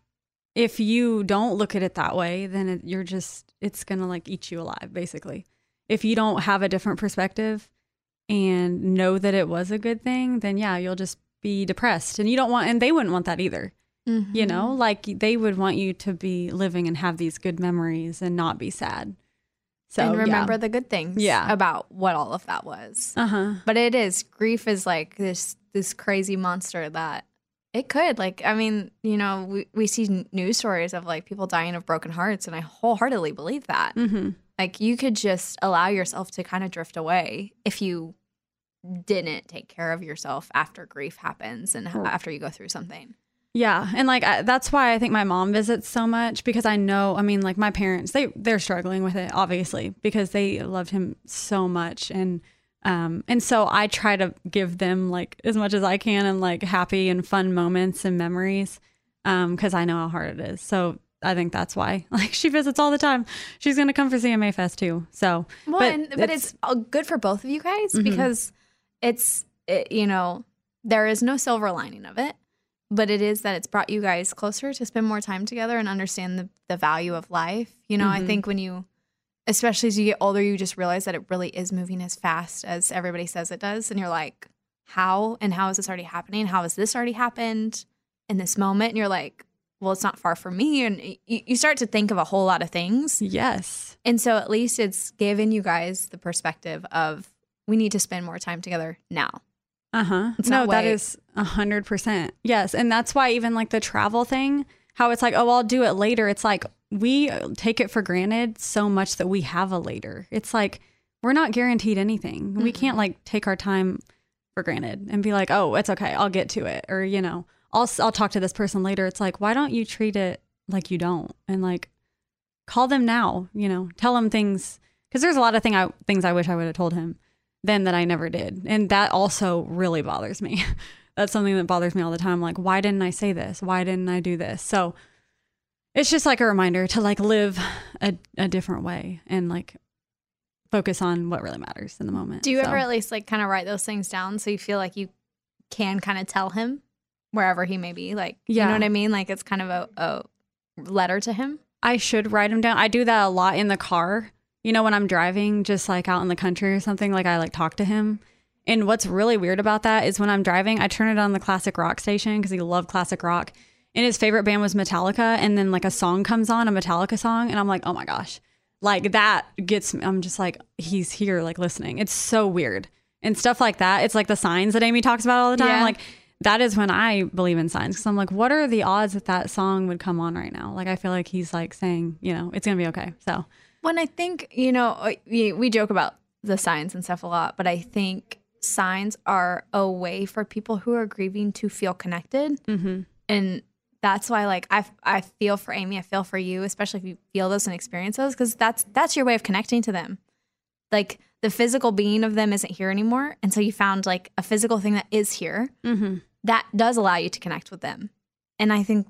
if you don't look at it that way, then it, you're just it's gonna like eat you alive, basically. If you don't have a different perspective and know that it was a good thing, then yeah, you'll just be depressed, and you don't want, and they wouldn't want that either.
Mm-hmm.
You know, like they would want you to be living and have these good memories and not be sad. So
and
yeah.
remember the good things
Yeah.
about what all of that was.
Uh-huh.
But it is grief is like this this crazy monster that it could like I mean, you know, we, we see n- news stories of like people dying of broken hearts and I wholeheartedly believe that.
Mhm.
Like you could just allow yourself to kind of drift away if you didn't take care of yourself after grief happens and
Oh.
after you go through something.
Yeah, and like I, that's why I think my mom visits so much because I know. I mean, like my parents, they they're struggling with it obviously because they loved him so much, and um, and so I try to give them like as much as I can and like happy and fun moments and memories, um, because I know how hard it is. So I think that's why like she visits all the time. She's gonna come for CMA Fest too. So
Well, and, but it's uh, good for both of you guys
Mhm.
because it's it, you know there is no silver lining of it, but it is that it's brought you guys closer to spend more time together and understand the, the value of life. You know, I
Mhm.
think when you, especially as you get older, you just realize that it really is moving as fast as everybody says it does, and you're like, how and how is this already happening? How has this already happened in this moment? And you're like, well, it's not far from me, and y- you start to think of a whole lot of things.
Yes.
And so at least it's given you guys the perspective of we need to spend more time together now.
Uh huh.
It's
No,
not
that
white.
is a hundred percent. Yes, and that's why even like the travel thing, how it's like, oh, I'll do it later. It's like we uh, take it for granted so much that we have a later. It's like we're not guaranteed anything. We can't like take our time for granted and be like, oh, it's okay, I'll get to it, or you know, I'll s- I'll talk to this person later. It's like, why don't you treat it like you don't and like call them now you know tell them things because there's a lot of thing I, things i wish i would have told him then that i never did and that also really bothers me that's something that bothers me all the time like why didn't i say this why didn't i do this so it's just like a reminder to like live a, a different way and like focus on what really matters in the moment
Do you
So-
ever at least like kind of write those things down so you feel like you can kind of tell him wherever he may be? Like, you
Yeah.
know what I mean? Like it's kind of a, a letter to him.
I should write them down. I do that a lot in the car. You know, when I'm driving, just like out in the country or something, like I like talk to him. And what's really weird about that is when I'm driving, I turn it on the classic rock station because he loved classic rock. And his favorite band was Metallica. And then like a song comes on, a Metallica song. And I'm like, oh my gosh, like that gets me. I'm just like, he's here, like listening. It's so weird. And stuff like that. It's like the signs that Amy talks about all the time.
Yeah.
Like, that is when I believe in signs because I'm like, what are the odds that that song would come on right now? Like, I feel like he's like saying, you know, it's gonna be okay. So,
When I think, you know, uh, we we joke about the signs and stuff a lot, but I think signs are a way for people who are grieving to feel connected.
Mhm.
And that's why, like, I, I feel for Amy, I feel for you, especially if you feel those and experience those, because that's that's your way of connecting to them. Like the physical being of them isn't here anymore, and so you found like a physical thing that is here
mm-hmm.
that does allow you to connect with them. And I think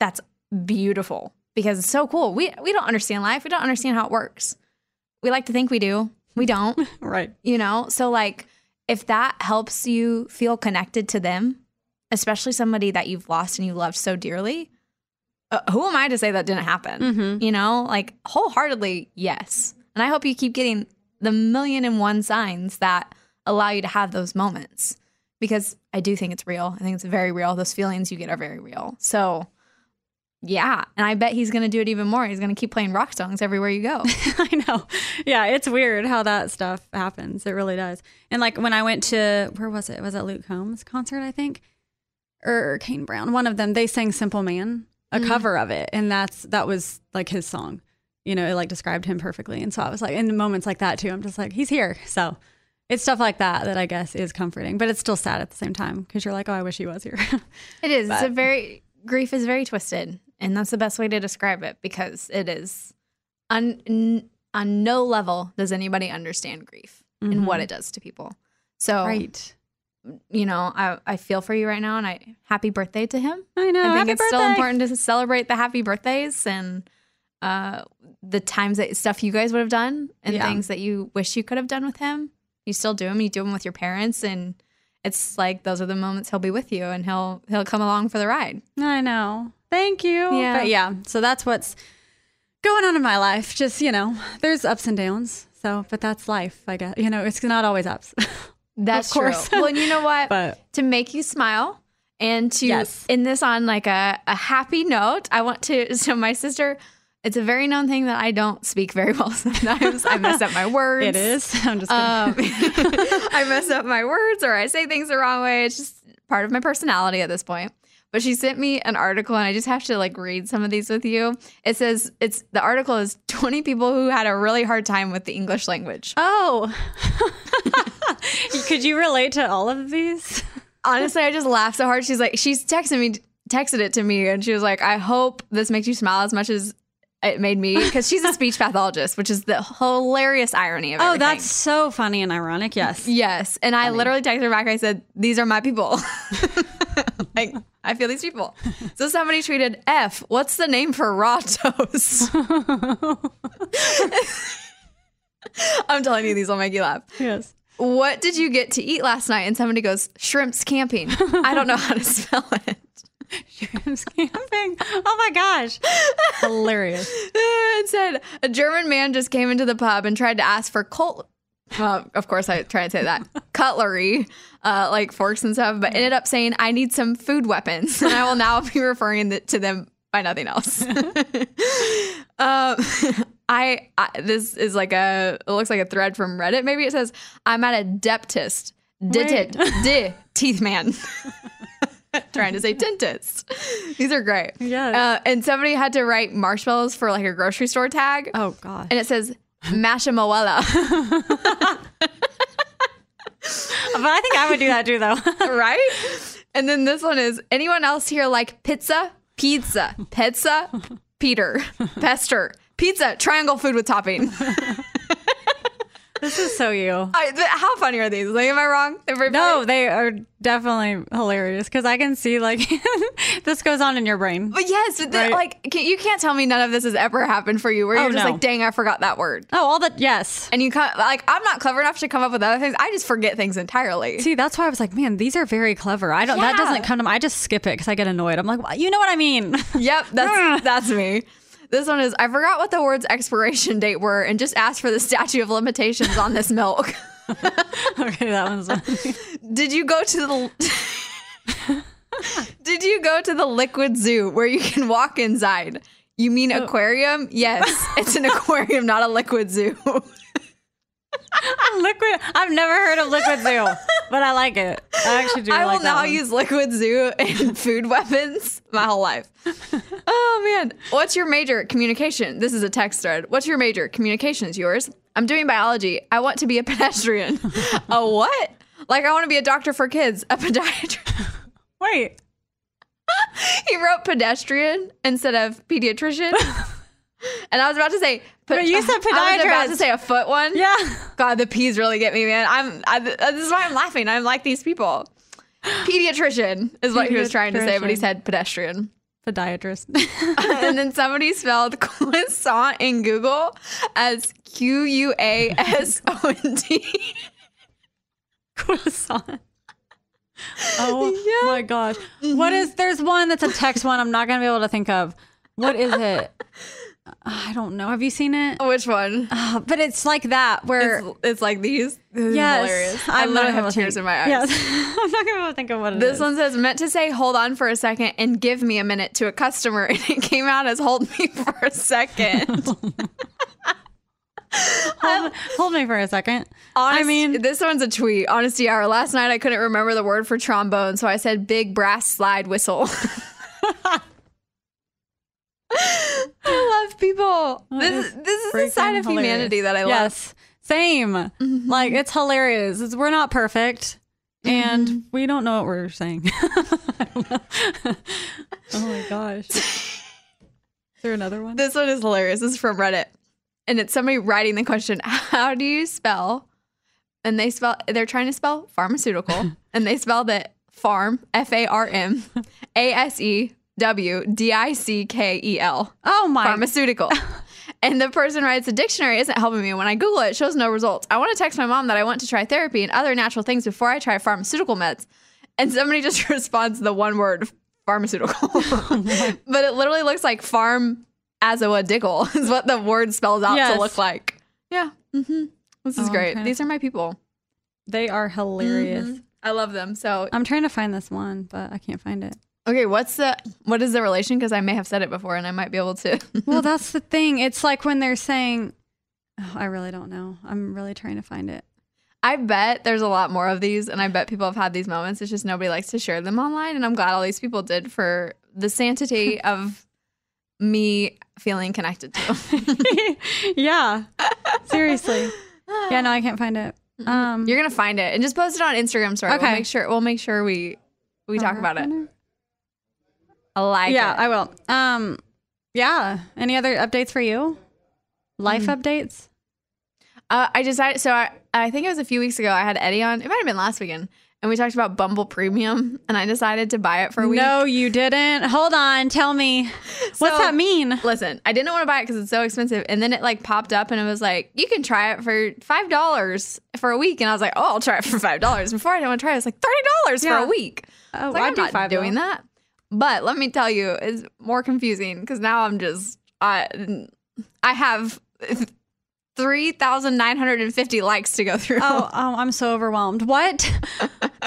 that's beautiful because it's so cool. We we don't understand life. We don't understand how it works. We like to think we do. We don't.
right.
You know? So like if that helps you feel connected to them, especially somebody that you've lost and you loved so dearly, uh, who am I to say that didn't happen? You know, like wholeheartedly, yes. And I hope you keep getting the million and one signs that allow you to have those moments because I do think it's real. I think it's very real. Those feelings you get are very real. So, yeah. And I bet he's going to do it even more. He's going to keep playing rock songs everywhere you go.
yeah, it's weird how that stuff happens. It really does. And like when I went to where was it? Was it Luke Combs concert? I think, or Kane Brown, one of them. They sang "Simple Man," a
Mhm.
Mm-hmm.
cover of it, and that's that was like his song. You know, it like described him perfectly. And so I was like, in moments like that too, I'm just like, he's here. So it's stuff like that that I guess is comforting, but it's still sad at the same time because you're like, oh, I wish he was here.
It is. it's a
But-
very grief is very twisted, and that's the best way to describe it because it is on n- on no level does anybody understand grief and what
Mhm.
it does to people. So
Right.
You know, I, I feel for you right now, and I happy birthday to him.
I know.
I think
Happy
it's still
birthday.
important to celebrate the happy birthdays and uh, the times that stuff you guys would have done and
Yeah.
things that you wish you could have done with him. You still do them. You do them with your parents, and it's like those are the moments he'll be with you, and he'll he'll come along for the ride.
I know. Thank you.
Yeah.
But yeah, so that's what's going on in my life. Just, you know, there's ups and downs. So, but that's life, I guess. You know, it's not always ups.
That's
of course.
true. Well, and you know what?
But-
to make you smile and to
Yes.
end this on like a, a happy note, I want to. So, my sister, it's a very known thing that I don't speak very well sometimes. I mess up my words.
It is. I'm just
kidding. I mess up my words or I say things the wrong way. It's just part of my personality at this point. But she sent me an article and I just have to like read some of these with you. It says it's the article is 20 people who had a really hard time with the English language.
Oh. Could you relate to all of these?
Honestly, I just laughed so hard. She's like, she's texted me, texted it to me, and she was like, I hope this makes you smile as much as it made me. Because she's a speech pathologist, which is the hilarious irony of it.
Oh, that's so funny and ironic. Yes.
Yes. And I literally texted her back. I said, These are my people. like, I feel these people. So somebody tweeted, F, what's the name for raw toast? I'm telling you, these will make you laugh.
Yes.
What did you get to eat last night? And somebody goes, Shrimps camping. I don't know how to spell it.
Shrimps camping. Oh my gosh. Hilarious.
it said, A German man just came into the pub and tried to ask for Colt. Well, Uh, of course, I tried to say that cutlery, uh, like forks and stuff, but ended up saying, I need some food weapons. And I will now be referring th- to them by nothing else. Um, I, I this is like a it looks like a thread from Reddit. Maybe it says I'm at a dentist, dented, d teeth man. Trying to say dentist. These are great. Yeah. Uh, and somebody had to write marshmallows for like a grocery store tag.
Oh god.
And it says mashamoella.
but I think I would do that too, though.
right? And then this one is anyone else here like pizza, pizza, pizza, Peter, pester, pizza, triangle food with topping.
This is so you.
I, th- how funny are these? Like, am I wrong?
No, they are definitely hilarious because I can see like this goes on in your brain.
But yes, but the,
Right.
like can, you can't tell me none of this has ever happened for you, where you're
Oh,
just
no.
like, dang, I forgot that word.
Oh, all that, yes.
And you come like, I'm not clever enough to come up with other things. I just forget things entirely.
See, that's why I was like, man, these are very clever. I don't. That
Yeah.
doesn't come to. My, I just skip it because I get annoyed. I'm like, "Well, you know what I mean?
Yep, that's that's me. This one is I forgot what the words expiration date were and just asked for the statute of limitations on this milk.
okay, that one's.
Did you go to the Did you go to the liquid zoo where you can walk inside? You mean
Oh.
aquarium? Yes, it's an aquarium, not a liquid zoo.
liquid. I've never heard of liquid zoo, but I like it. I actually do.
I
like
will
that
now
one.
use liquid zoo and food weapons my whole life. Oh man, what's your major? Communication. This is a text thread. What's your major? Communications. Yours? I'm doing biology. I want to be a pedestrian. a what? Like I want to be a doctor for kids. A podiatrist.
Wait.
he wrote pedestrian instead of pediatrician. And I was about to say,
But you said
I was about to
podiatrist.
say a foot one.
Yeah.
God, the peas really get me, man. I'm. I, uh, this is why I'm laughing. I'm like these people. Pediatrician is what he was trying to say, but he
Pediatrician.
said pedestrian.
Podiatrist.
and then somebody spelled croissant in Google as Q U A S O N T.
Croissant. Oh my gosh. What
Mm-hmm.
is there's one that's a text one I'm not gonna be able to think of. What is it? I don't know. Have you seen it? Uh,
Which one?
but it's like that where
it's, it's like these. This is hilarious.
yes,
I
I'm
literally
not gonna
have
be able to
tears
think-
in my eyes.
Yes, I'm not gonna be able to think of what it is.
This one says, meant to say, hold on for a second and give me a minute to a customer. And it came out as hold me for a second.
hold, hold me for a second.
I mean, this one's a tweet. Honesty hour. Last night I couldn't remember the word for trombone, so I said big brass slide whistle. I love people. This is, this is the side of
Freaking
humanity that I love. Mm-hmm.
Yes, same. Like it's hilarious. It's, we're not perfect,
Mm-hmm.
and we don't know what we're saying. oh my gosh. Is there another one?
This one is hilarious. This is from Reddit. And it's somebody writing the question, how do you spell? And they spell they're trying to spell pharmaceutical. and they spelled it farm, F A R M, A S E W D I C K E L.
Oh my
pharmaceutical. And the person writes, the dictionary isn't helping me. When I Google it, it shows no results. I want to text my mom that I want to try therapy and other natural things before I try pharmaceutical meds. And somebody just responds the one word pharmaceutical. but it literally looks like farm as a dickle is what the word spells out
Yes.
to look like. Yeah. hmm This is
Oh, I'm
great.
trying to-
These are my people.
They are hilarious.
Mhm. I love them. So,
I'm trying to find this one, but I can't find it.
okay, what's the what is the relation because I may have said it before and I might be able to.
well, that's the thing. It's like when they're saying, oh, I really don't know. I'm really trying to find it.
I bet there's a lot more of these, and I bet people have had these moments. It's just nobody likes to share them online, and I'm glad all these people did for the sanctity of me feeling connected to them.
yeah, seriously. Yeah, no, I can't find it.
Mm-hmm.
Um,
You're gonna find it and just post it on Instagram story.
Okay.
We'll make sure we'll make sure we we talk about it. I like
yeah,
it.
I will. Um, yeah. Any other updates for you? Life
Hmm.
updates?
Uh, I decided. So I, I think it was a few weeks ago. I had Eddie on. It might have been last weekend, and we talked about Bumble Premium, and I decided to buy it for a week.
No, you didn't. Hold on. Tell me. What's
So-
that mean?
Listen, I didn't want to buy it because it's so expensive, and then it like popped up, and it was like, you can try it for five dollars for a week, and I was like, oh, I'll try it for five dollars. Before I didn't want to try it, it was like thirty dollars
Yeah.
for a week.
Oh,
I was like,
I'd
I'm
do
not
$5.
doing that. But let me tell you, it's more confusing because now I'm just I I have three thousand nine hundred and fifty likes to go through.
Oh, oh, I'm so overwhelmed. What?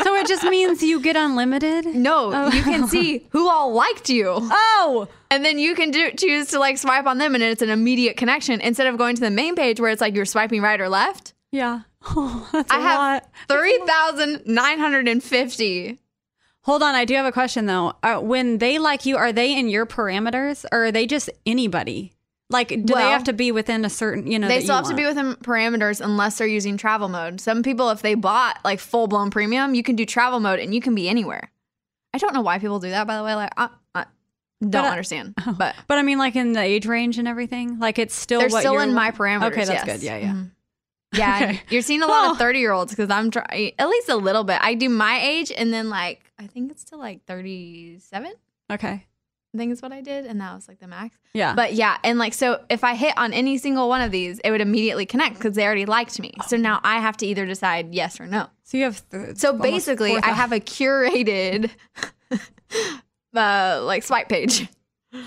so it just means you get unlimited?
No,
Oh.
you can see who all liked you.
Oh,
and then you can do, choose to like swipe on them, and it's an immediate connection instead of going to the main page where it's like you're swiping right or left.
Yeah. Oh, that's
I
a
have
lot.
three thousand nine hundred and fifty.
Hold on, I do have a question though. Uh, when they like you, are they in your parameters or are they just anybody? Like, do
Well,
they have to be within a certain, you know,
they
that
still
you
have to be
want?
within parameters unless they're using travel mode. Some people, if they bought like full blown premium, you can do travel mode and you can be anywhere. I don't know why people do that. By the way, like I, I don't
But I- Oh.
understand. But
But I mean, like in the age range and everything, like it's still
they're
what
still
you're-
in my parameters.
Okay, that's
yes.
good. Yeah, yeah.
Mhm. Yeah, and
Okay. Oh.
you're seeing a lot of 30 year olds because I'm trying at least a little bit. I do my age and then like I think it's to like 37.
Okay.
I think is what I did, and that was like the max.
Yeah.
Mm-hmm. But yeah, and like so, if I hit on any single one of these, it would immediately connect because they already liked me. So now I have to either decide yes or no.
So you have. Th-
So
almost
basically, I
4,000.
have a curated, uh, like swipe page.
Oh,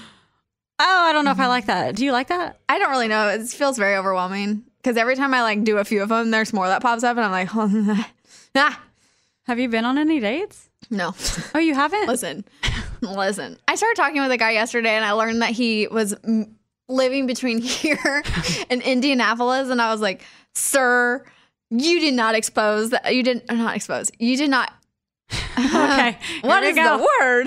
I don't know if
Mm-hmm.
I like that. Do you like that?
I don't really know. It feels very overwhelming because every time I like do a few of them, there's more that pops up, and I'm like, oh, nah. nah.
Have you been on any dates?
No.
Oh, you haven't?
Listen, listen. I started talking with a guy yesterday, and I learned that he was mm, living between here and Indianapolis, and I was like, "Sir, you did not expose that. You didn't not expose. You did not.
okay.
What
Here
is
we go.
the word?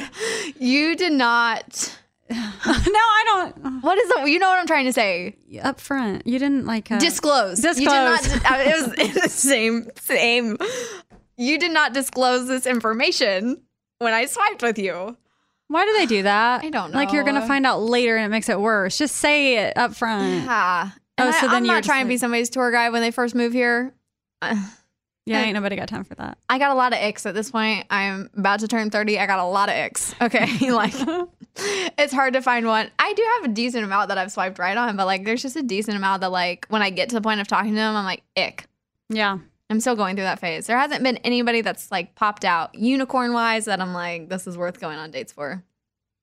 You did not.
no, I don't. Oh,
What is the? You know what I'm trying to say.
Up front, you didn't like uh,
disclose.
Disclose.
You did not. di- I mean, it was the same. Same. You did not disclose this information when I swiped with you.
Why do they do that? I
don't
Like you're
know.
gonna find out later, and it makes it worse. Just say it up front.
Yeah.
Oh,
And I,
so then
I'm
you were
not
just
trying to
like-
be somebody's tour guide when they first move here. Uh,
Yeah, ain't nobody got time for that.
I got a lot of icks at this point. I'm about to turn 30. I got a lot of icks. Okay. like, it's hard to find one. I do have a decent amount that I've swiped right on, but like, there's just a decent amount that, like, when I get to the point of talking to them, I'm like, ick.
Yeah.
I'm still going through that phase. There hasn't been anybody that's like popped out unicorn wise that I'm like, this is worth going on dates for.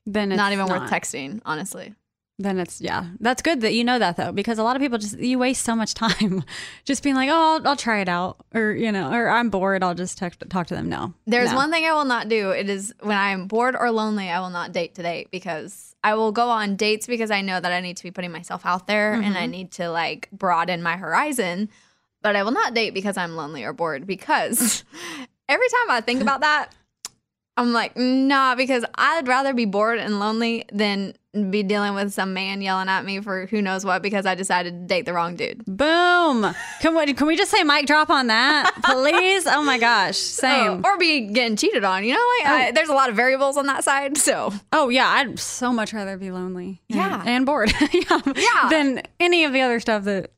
Then it's
not even
not.
worth texting, honestly.
Then it's yeah. That's good that you know that though, because a lot of people just you waste so much time just being like, oh, I'll, I'll try it out, or you know, or I'm bored, I'll just text, talk to them. No,
There's
No.
one thing I will not do. It is when I am bored or lonely, I will not date to date because I will go on dates because I know that I need to be putting myself out there and I
Mm-hmm.
Mhm.
need to like broaden my horizon. But I will not date because I'm lonely or bored because every time I think about that, I'm like, nah, because I'd rather be bored and lonely than be dealing with some man yelling at me for who knows what because I decided to date the wrong dude.
Boom. Can we can we just say mic drop on that, please? oh my gosh. Same.
or be getting cheated on. You know, like I, there's a lot of variables on that side. So.
Oh yeah, I'd so much rather be lonely. and-
Yeah.
And, bored. yeah. Than any of the other stuff that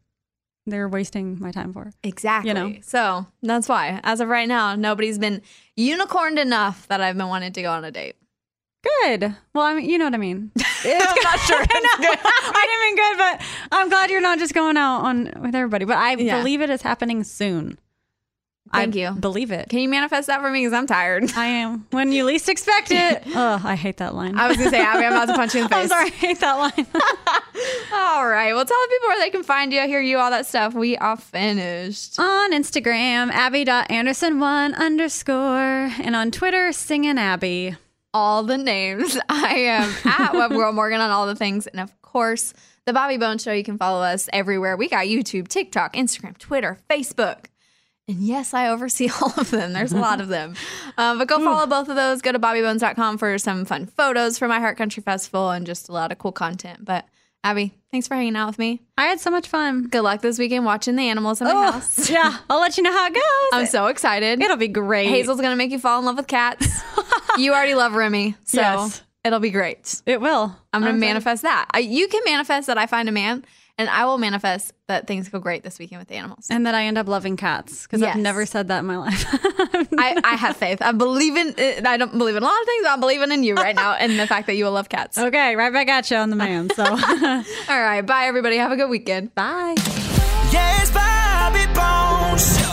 they're wasting my time for.
Exactly.
You know.
So that's why, as of right now, nobody's been unicorned enough that I've been wanting to go on a date.
Good. Well, I mean, you know what I mean.
I'm not sure.
I, know. I didn't mean good, but I'm glad you're not just going out on with everybody. But I
Yeah.
believe it is happening soon.
Thank
I
you.
Believe it.
Can you manifest that for me? Because I'm tired.
I am. When you least expect it. oh, I hate that line.
I was gonna say, Abby, I'm about to punch you in the
I'm
face.
sorry, I hate that line.
All right. Well, tell the people where they can find you, hear you, all that stuff. We are finished.
on Instagram, abby.anderson1 underscore, and on Twitter, singing Abby.
All the names. I am at Web Girl Morgan on all the things. And of course, The Bobby Bones Show. You can follow us everywhere. We got YouTube, TikTok, Instagram, Twitter, Facebook. And yes, I oversee all of them. There's a lot of them. Uh,
Hmm.
but go follow both of those. Go to bobbybones.com for some fun photos from my Heart Country Festival and just a lot of cool content. But Abby, thanks for hanging out with me.
I had so much fun.
Good luck this weekend watching the animals in the
Oh,
house.
yeah, I'll let you know how it goes.
I'm so excited.
It'll be great.
Hazel's going to make you fall in love with cats. you already love Remy. So
Yes.
it'll be great.
It will.
I'm going
I'm
to
excited.
manifest that. I, you can manifest that I find a man, and I will manifest that things go great this weekend with the animals.
And that I end up loving cats because
Yes.
I've never said that in my life.
I, I have faith. I believe in. it. I don't believe in a lot of things. but I'm believing in you right now and the fact that you will love cats.
okay, right back at you on the man. So, all
right, bye everybody. Have a good weekend.
Bye.
Yes, Bobby Bones Show.